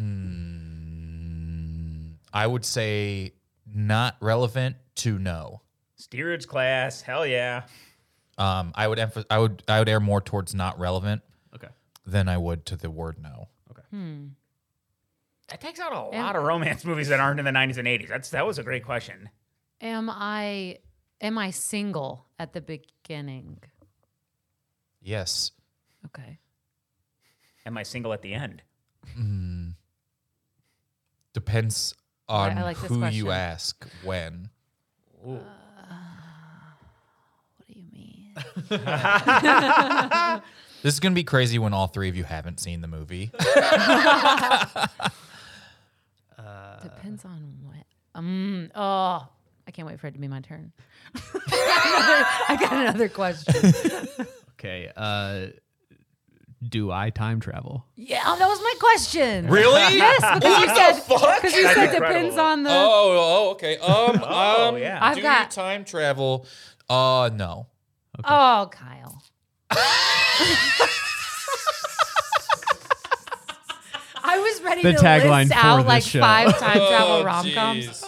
S1: Mm, I would say not relevant to no.
S3: Steerage class. Hell yeah.
S1: Um, I would emph- I would I would err more towards not relevant
S5: Okay.
S1: than I would to the word no.
S3: That takes out a lot of romance movies that aren't in the '90s and '80s. That's that was a great question.
S2: Am I am I single at the beginning?
S1: Yes.
S2: Okay.
S3: Am I single at the end?
S1: Depends on
S2: I like this
S1: who you
S2: question.
S1: ask when.
S2: What do you mean?
S1: This is gonna be crazy when all three of you haven't seen the movie.
S2: Depends on what. Um. Oh, I can't wait for it to be my turn. I got another question.
S5: Okay. Uh, do I time travel?
S2: Yeah, oh, that was my question.
S1: Really?
S2: Yes, because you said because you
S3: That's
S2: said
S3: incredible.
S2: depends on the.
S1: Oh, oh, okay. Um, oh, um,
S3: yeah.
S2: I've
S1: do
S2: got-
S1: you time travel? Uh, no.
S2: Oh, Kyle. I was ready
S5: The
S2: to
S5: tagline
S2: list
S5: for
S2: out
S5: this
S2: like
S5: show.
S2: five time travel
S1: Oh,
S2: rom coms.
S1: jeez.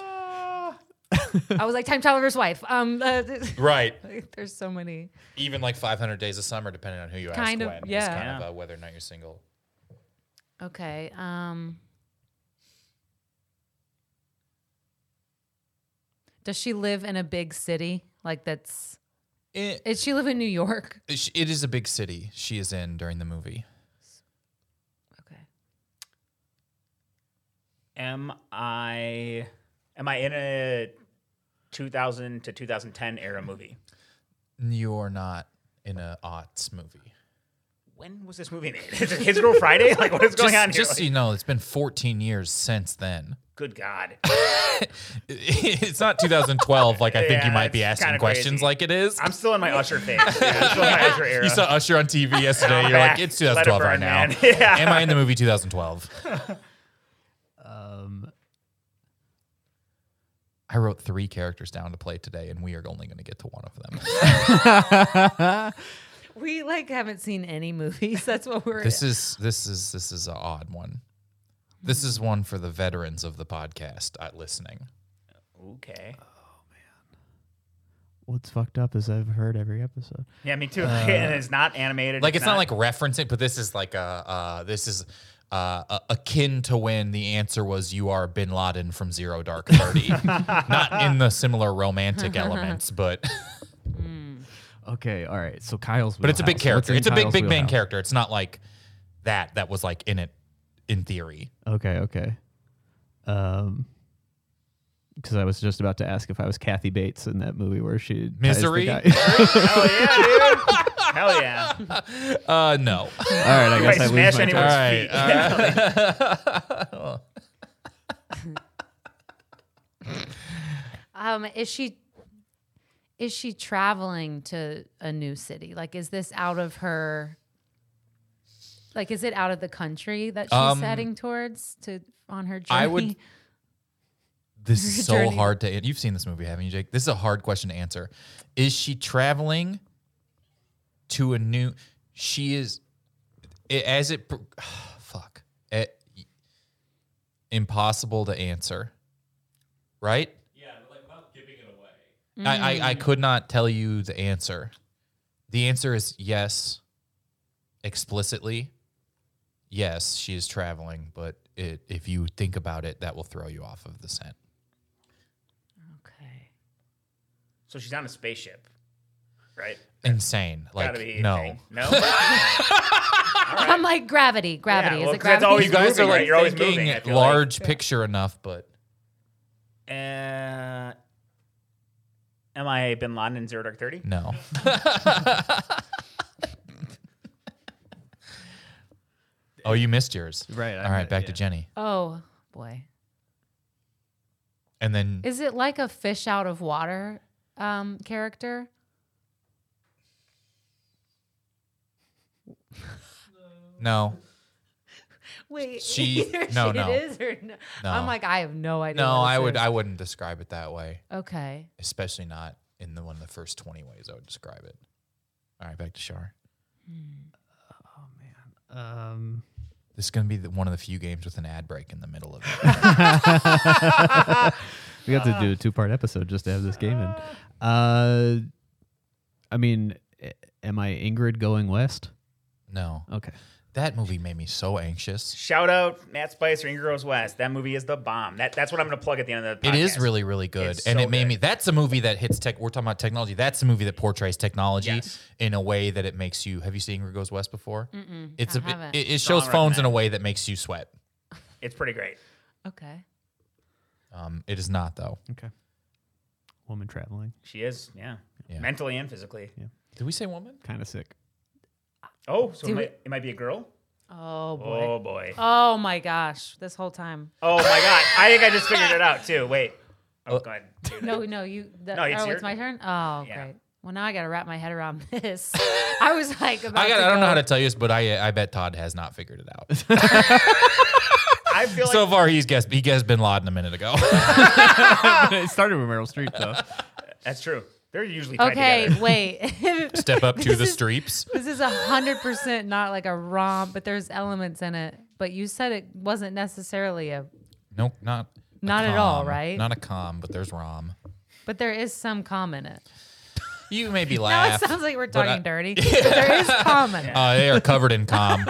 S2: I was like time traveler's wife. Um, uh,
S1: Right.
S2: there's so many.
S1: Even like 500 days of summer, depending on who you
S2: Kind of,
S1: ask. when, is
S2: yeah.
S1: Kind
S3: Yeah.
S1: of uh, whether or not you're single.
S2: Okay. Um, does she live in a big city? Like that's.
S1: It,
S2: Does she live in New York?
S1: it is a big city she is in during the movie.
S2: Okay.
S3: Am I am I in a 2000 to 2010 era movie?
S1: You're not in a aughts movie.
S3: When was this movie made? Is it His Girl Friday? Like what is going
S1: just,
S3: on here?
S1: just so you know, it's been 14 years since then.
S3: Good God!
S1: it's not 2012, like I think you
S3: Yeah,
S1: might be
S3: it's
S1: asking
S3: kinda
S1: questions
S3: crazy.
S1: like it is.
S3: I'm still in my Usher phase. Yeah, I'm still in my Usher era.
S1: You saw Usher on TV yesterday.
S3: I'm
S1: You're
S3: back.
S1: like, it's
S3: Let it
S1: 2012 right
S3: burn,
S1: now.
S3: man. Yeah.
S1: Am I in the movie 2012?
S5: Um,
S1: I wrote three characters down to play today, and we are only going to get to one of them.
S2: We like haven't seen any movies. That's what we're.
S1: this is this is this is an odd one. This is one for the veterans of the podcast uh, listening.
S3: okay.
S5: what's fucked up is I've heard every episode.
S3: Yeah, me too.
S1: Uh,
S3: and it's not animated.
S1: Like it's not like referencing, but this is like a uh, this is uh, a- akin to when the answer was you are Bin Laden from Zero Dark Thirty, not in the similar romantic elements, but.
S5: Okay. All right. So Kyle's.
S1: But it's a big
S5: wheelhouse. What's
S1: character.
S5: in
S1: It's a big,
S5: Kyle's
S1: big main
S5: wheelhouse?
S1: character. It's not like that. That was like in it, in theory.
S5: Okay, okay. Um, because I was just about to ask if I was Kathy Bates in that movie where she ties the
S1: Misery?
S5: guy-
S3: Hell yeah, dude. Hell yeah.
S1: Uh, no.
S5: All right, I guess I
S3: Right,
S5: lose
S3: smash
S5: my
S3: anyone's
S5: turn.
S1: Alright,
S3: feet.
S2: um, is she is she traveling to a new city? Like, is this out of her? Like, is it out of the country that she's
S1: Um,
S2: heading towards to on her journey?
S1: I would- This is so
S2: Journey.
S1: hard to. You've seen this movie, haven't you, Jake? This is a hard question to answer. Is she traveling to a new? She is. It, as it, pro- fuck, It- impossible to answer, right? Yeah, but like without giving it away. I, I I could not tell you the answer. The answer is yes, explicitly. Yes, she is traveling, but it, if you think about it, that will throw you off of the scent.
S2: Okay.
S3: So she's on a spaceship, right?
S1: insane. Like
S3: Gotta be
S1: no,
S3: insane. no.
S2: I'm like gravity. Gravity
S3: Yeah, well,
S2: is it
S3: 'cause
S2: gravity?
S3: that's always
S1: Oh, you guys are
S3: moving, right?
S1: like
S3: You're always
S1: thinking
S3: moving, I feel like.
S1: large picture enough, but
S3: Uh, am I Bin Laden in Zero Dark Thirty?
S1: no. oh, you missed yours.
S5: Right.
S1: All
S5: I
S1: right,
S5: meant-
S1: back to
S5: yeah.
S1: Jenny,
S2: oh boy,
S1: and then
S2: is it like a fish out of water um, character?
S1: no,
S2: Wait,
S1: She-
S2: either
S1: no,
S2: she
S1: no.
S2: is or no.
S1: No.
S2: I'm like, I have no idea.
S1: no.
S2: what
S1: I
S2: Oh this
S1: would,
S2: is.
S1: I wouldn't describe it that way,
S2: okay.
S1: especially not in the one of the first twenty ways I would describe it. All right, back to Shar.
S5: Um,
S1: This is gonna be the, one of the few games with an ad break in the middle of it.
S5: we got to do a two-part episode just to have this game in. Uh, I mean, a- am I Ingrid going west?
S1: No,
S5: Okay.
S1: that movie made me so anxious.
S3: Shout out Matt Spicer, Ingrid Rose West. That movie is the bomb. That, that's what I'm going to plug at the end of the
S1: It
S3: podcast.
S1: is really, really good,
S3: It's
S1: and
S3: so
S1: it made
S3: good.
S1: me. That's a movie that hits tech. We're talking about technology. That's a movie that portrays technology
S3: Yes.
S1: in a way that it makes you. Have you seen Ingrid Goes West before?
S2: Mm-mm,
S1: It's
S2: I
S1: a.
S2: haven't.
S1: It, it shows
S3: Strong
S1: phones in
S3: recommend.
S1: a way that makes you sweat.
S3: It's pretty great.
S2: okay.
S1: Um, it is not though.
S5: Okay. Woman traveling.
S3: She is, yeah.
S1: Yeah.
S3: Mentally and physically.
S1: Did we say woman?
S5: Kind of sick.
S3: Oh, so
S2: Do we-
S3: it might, it might be a girl.
S2: Oh boy.
S3: Oh boy.
S2: Oh my gosh. This whole time.
S3: Oh my god. I think I just figured it out too. Wait.
S1: Uh,
S3: Oh god.
S2: No, no, you. The,
S3: No, it's
S2: oh,
S3: your-
S2: it's my turn. Oh,
S3: Yeah.
S2: great. Well, now I got to wrap my head around this. I was like, about
S1: I got.
S2: to
S1: I don't know
S2: go-
S1: how to tell you this, but I I bet Todd has not figured it out.
S3: I feel like
S1: so far, he's guessed. He guessed Bin Laden a minute ago.
S5: it started with Meryl Streep though.
S3: that's true. They're usually tied
S2: Okay,
S3: together.
S2: wait.
S1: Step up to
S2: This
S1: the
S2: is-
S1: streeps.
S2: This is a hundred percent not like a romp, but there's elements in it. But you said it wasn't necessarily a,
S1: Nope, not a
S2: Not at all,
S1: com.
S2: right?
S1: Not a com, but there's rom.
S2: but there is some calm in it.
S1: You maybe
S2: Now it
S1: laugh.
S2: sounds like we're
S1: but
S2: talking
S1: I-
S2: dirty. But there is calm in it.
S1: Uh, they are covered in com.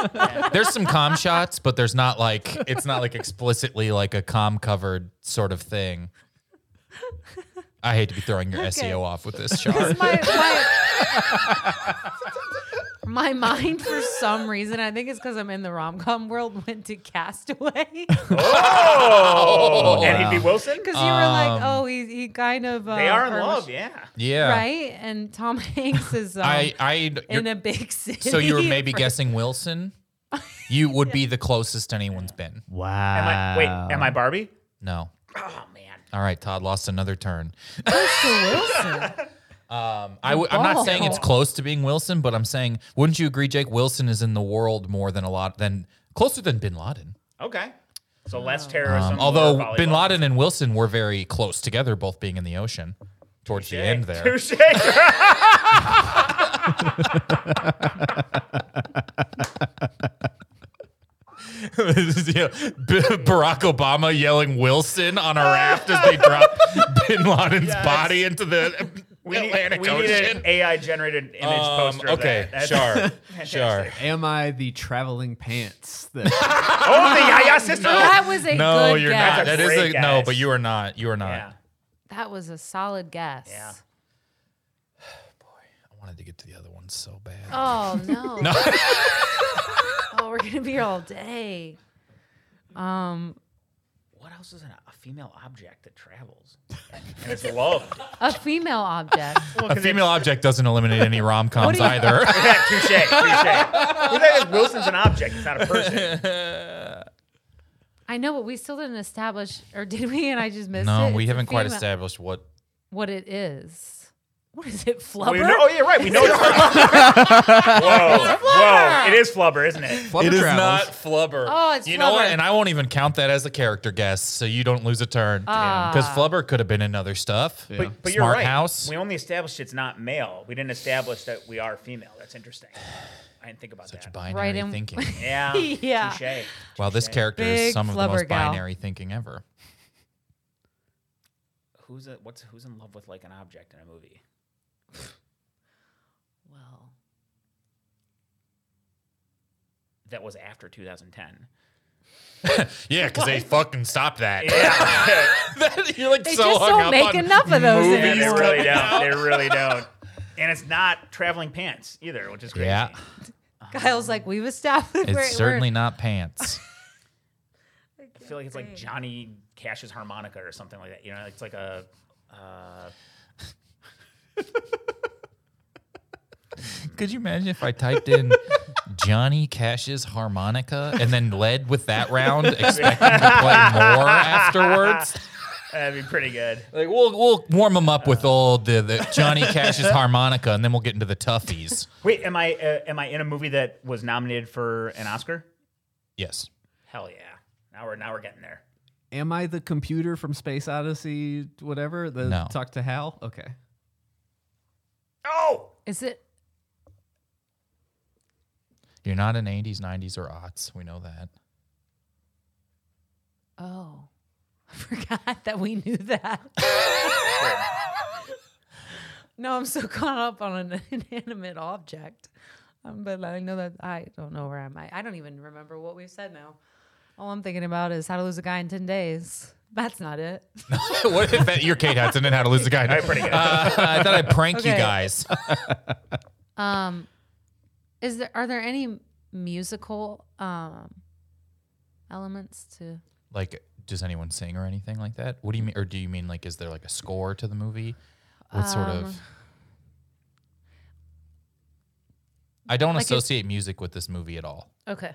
S1: There's some com shots, but there's not like it's not like explicitly like a com covered sort of thing. I hate to be throwing your SEO off with this chart.
S2: my, my, my mind, for some reason, I think it's because I'm in the rom com world, went to Castaway. Because
S3: Oh, and he'd be Wilson.
S2: you were
S1: Um,
S2: like, oh, he, he kind of. Uh,
S3: They are in
S2: or-
S3: love. Yeah.
S1: Yeah,
S2: Right? And Tom Hanks is um,
S1: I I
S2: in
S1: you're-
S2: a big city.
S1: so you were maybe
S2: for-
S1: guessing Wilson. You would be the closest anyone's been.
S5: Wow.
S3: Am I wait? Am I Barbie?
S1: No.
S3: Oh man.
S1: All right, Todd lost another turn. Um,
S2: Close to Wilson.
S1: I w- I'm not saying it's
S2: Ball.
S1: close to being Wilson, but I'm saying, wouldn't you agree, Jake? Wilson is in the world more than a lot, than closer than Bin Laden.
S3: Okay. So less
S1: Um,
S3: terrorism. more
S1: although
S3: volleyball.
S1: Bin Laden and Wilson were very close together, both being in the ocean towards the end there.
S3: Touche.
S1: Yeah, B- Barack Obama yelling Wilson on a raft as they drop Bin Laden's body into the
S3: We need,
S1: Atlantic
S3: we need
S1: Ocean.
S3: an AI generated image
S1: Um,
S3: poster. Of
S1: okay,
S3: that.
S1: Shar, Shar.
S5: Am I the traveling pants? That
S3: Oh, the Yaya sister.
S2: That was a
S1: No,
S2: good
S1: you're
S2: guess.
S1: not. That is
S3: Great
S1: a, no,
S3: guess.
S1: but you are not. You are not.
S3: Yeah.
S2: That was a solid guess.
S3: Yeah.
S1: I wanted to get to the other one so bad.
S2: Oh, no. oh, we're going to be here all day. Um,
S3: What else is an, a female object that travels? And it's loved.
S2: a female object.
S1: A female object doesn't eliminate any rom coms either.
S3: Yeah, touche, touche. Well, that is- Wilson's an object. It's not a person.
S2: I know, but we still didn't establish, or did we? And I just missed it.
S1: no,
S2: It's
S1: we
S2: a
S1: haven't quite
S2: female-
S1: established what.
S2: what it is. What is it? Flubber.
S3: We know, oh, yeah, right. We know it's flubber. Whoa. Whoa. It is flubber, isn't it?
S1: It is
S5: travels.
S1: not flubber.
S2: Oh, it's
S1: you know what?
S2: flubber.
S1: And I won't even count that as a character guess, so you don't lose a turn.
S2: Ah.
S1: Because flubber could have been in other stuff.
S5: Yeah.
S3: But you're
S1: Smart
S3: right.
S1: house.
S3: We only established it's not male. We didn't establish that we are female. That's interesting. I didn't think about that.
S1: Binary
S2: Right in-
S1: thinking.
S3: Yeah.
S1: oh,
S2: Yeah.
S3: Touche.
S1: Wow, this character is
S2: Big
S1: some of the most
S2: flubber gal.
S1: binary thinking ever.
S3: Who's a, what's who's in love with like an object in a movie?
S2: Well,
S3: That was after 2010.
S1: Yeah, because they fucking stopped that.
S3: Yeah.
S1: you're like
S2: they
S1: so
S2: just
S1: hung
S2: don't
S1: up
S2: make
S1: on
S2: enough of those
S3: Yeah, they
S2: anymore.
S3: really don't. They really don't. And it's not traveling pants either, which is crazy.
S1: Yeah,
S2: Kyle's like, we've established.
S1: it's
S2: we're-
S1: certainly not pants.
S3: I feel like it's like Johnny Cash's harmonica or something like that. You know, it's like a. Uh,
S1: Could you imagine if I typed in Johnny Cash's harmonica and then led with that round, expecting to play more afterwards?
S3: that'd be pretty good.
S1: Like we'll we'll warm them up with old the, the Johnny Cash's harmonica, and then we'll get into the toughies.
S3: Wait, am I uh, am I in a movie that was nominated for an Oscar?
S1: Yes.
S3: Hell yeah! Now we're now we're getting there.
S5: Am I the computer from Space Odyssey? Whatever. The
S1: No.
S5: talk to Hal. Okay.
S3: Oh,
S2: Is it?
S1: You're not in 80s, 90s, or aughts. We know that.
S2: Oh, I forgot that we knew that. no, I'm so caught up on an inanimate object. Um, but I know that I don't know where I'm at. I don't even remember what we've said now. All I'm thinking about is how to lose a guy in 10 days. That's not it.
S1: what if that, you're Kate Hudson and How to Lose a Guy?
S3: All right, pretty good.
S1: Uh, I thought I'd prank you
S2: Okay.
S1: guys.
S2: Um, is there are there any musical um elements to?
S1: Like, does anyone sing or anything like that? What do you mean? Or do you mean
S2: Um,
S1: like, is there like a score to the movie? What sort of? I don't
S2: Like it-
S1: associate music with this movie at all.
S2: Okay.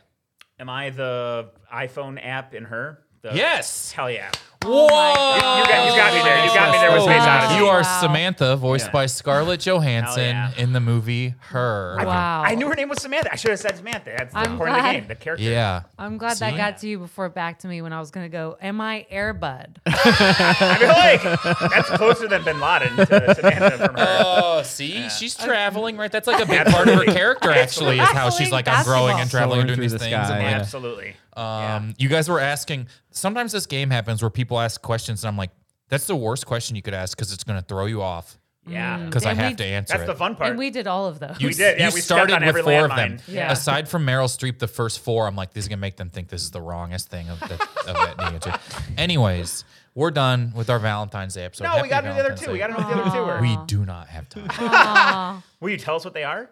S3: Am I the iPhone app in her? The-
S1: Yes.
S3: Hell yeah.
S2: Oh
S1: Whoa!
S3: You got, you got me there. You got me there with Space Odyssey.
S1: You are
S2: Wow.
S1: Samantha, voiced
S3: Yeah.
S1: by Scarlett Johansson
S3: yeah.
S1: in the movie Her.
S2: Wow.
S3: I knew her name was Samantha. I should have said Samantha. That's the
S2: I'm
S3: part of the
S2: glad.
S3: game, the character.
S1: Yeah.
S2: I'm glad
S1: See?
S2: that got to you before it back to me when I was gonna go. Am I Airbud?
S3: I feel like that's closer than Bin Laden to Samantha from her.
S1: Oh,
S2: Uh,
S1: see, she's traveling, right? That's like a big part of her
S3: Absolutely.
S1: character, actually, is how she's
S2: Absolutely.
S1: like, I'm growing and
S2: Basketball.
S1: traveling and
S5: Soaring
S1: doing
S5: through
S1: these
S5: the
S1: things. and,
S5: sky.
S1: like,
S5: Yeah.
S3: Absolutely.
S1: Um, You guys were asking. Sometimes this game happens where people ask questions, and I'm like, "That's the worst question you could ask because it's going to throw you off."
S3: Yeah.
S1: Because I
S2: And we-
S1: have to answer
S3: That's
S1: it.
S3: the fun part.
S2: Mm. and we did all of those.
S1: you,
S3: We did, yeah,
S1: you
S3: we stepped
S1: started
S3: on
S1: with
S3: every
S1: four of them.
S3: landmine. Yeah.
S1: Aside from Meryl Streep, the first four, I'm like, "This is going to make them think this is the wrongest thing of, the, of that nature." Anyways, we're done with our Valentine's Day episode.
S3: no,
S1: Happy
S3: we got to do the other
S1: Valentine's
S3: two. We
S1: Day.
S3: got to know what the other two were.
S1: We do not have time.
S3: Will you tell us what they are?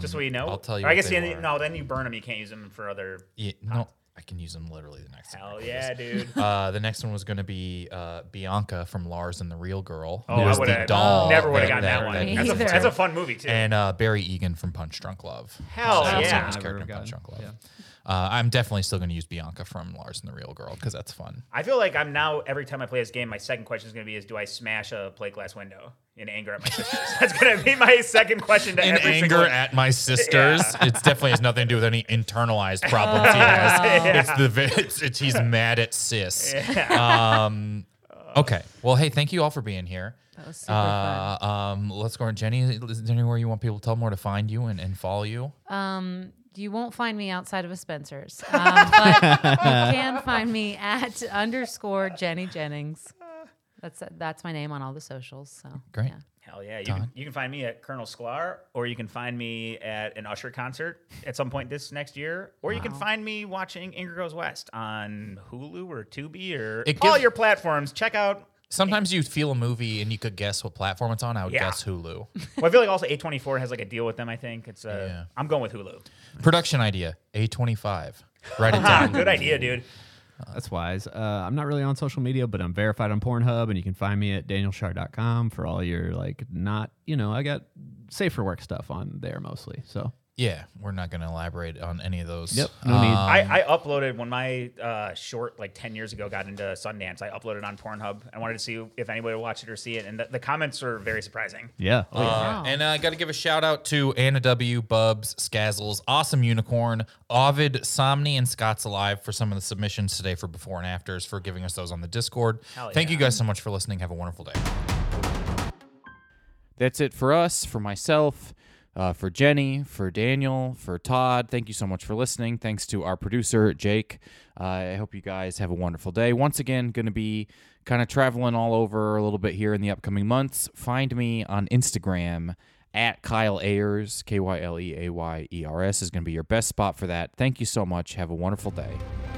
S3: Just so we know.
S1: Um, I'll tell you
S3: Or I
S1: what
S3: guess
S1: they
S3: the end-
S1: were.
S3: no. Then you burn them. You can't use them for other.
S1: Yeah, no, I can use them literally the next. time I
S3: Hell
S1: do
S3: yeah,
S1: this.
S3: dude.
S1: Uh, the next one was going to be uh, Bianca from Lars and the Real Girl.
S3: Oh,
S1: It was
S3: I
S1: the
S3: would have
S1: doll
S3: never would
S1: that-
S3: have gotten that,
S2: that-
S3: one. That's
S2: Me
S3: a, that's a fun movie too.
S1: And uh, Barry Egan from Punch Drunk Love.
S3: Hell
S1: Adam
S3: yeah.
S1: Sandler's
S5: I
S1: character in
S5: would've
S1: Punch
S5: gotten,
S1: Drunk Love. Uh, I'm definitely still going to use Bianca from Lars and the Real Girl because that's fun.
S3: I feel like I'm now every time I play this game, my second question is going to be: Is do I smash a plate glass window in anger at my sisters? That's going to be my second question to
S1: In
S3: every
S1: anger
S3: single.
S1: at my sisters, it definitely has nothing to do with any internalized problems he has. It's the vi- it's, it's, he's mad at sis. Um, okay. Well, hey, thank you all for being here. That
S2: was super
S1: Um, let's go on, Jenny. Is there anywhere you want people to tell them where to find you and, and follow you?
S2: Um, you won't find me outside of a Spencer's, um, but you can find me at underscore Jenny Jennings. That's that's my name on all the socials. So
S1: Great.
S2: yeah.
S3: Hell yeah! You can, you can find me at Colonel Sklar, or you can find me at an Usher concert at some point this next year, or you can find me watching Anger Goes West on Hulu or Tubi or
S1: It
S3: all
S1: gives-
S3: your platforms. Check out.
S1: Sometimes you feel a movie and you could guess what platform it's on. I would
S3: Yeah.
S1: guess Hulu.
S3: Well, I feel like also A24 has like a deal with them. I think it's. Uh,
S1: Yeah.
S3: I'm going with Hulu.
S1: Production idea A25. Write it
S3: Ah,
S1: down.
S3: good idea, dude.
S5: That's wise. Uh, I'm not really on social media, but I'm verified on Pornhub, and you can find me at danielshar.com for all your like not you know I got safer work stuff on there mostly. So
S1: Yeah, we're not going to elaborate on any of those.
S5: Yep, Uh, no need.
S3: I, I uploaded when my uh, short like 10 years ago got into Sundance. I uploaded on Pornhub. I wanted to see if anybody would watch it or see it. And the, the comments are very surprising.
S5: yeah, oh, yeah.
S1: Uh, And I got to give a shout out to Anna W, Bubs, Scazzles, Awesome Unicorn, Ovid, Somni, and Scott's Alive for some of the submissions today for before and afters for giving us those on the Discord. Thank you guys so much for listening. Have a wonderful day.
S7: That's it for us, for myself, uh, for Jenny, for Daniel, for Todd. Thank you so much for listening. Thanks to our producer, Jake. Uh, I hope you guys have a wonderful day. Once again, going to be kind of traveling all over a little bit here in the upcoming months. Find me on Instagram at Kyle Ayers, K Y L E A Y E R S, is going to be your best spot for that. Thank you so much. Have a wonderful day.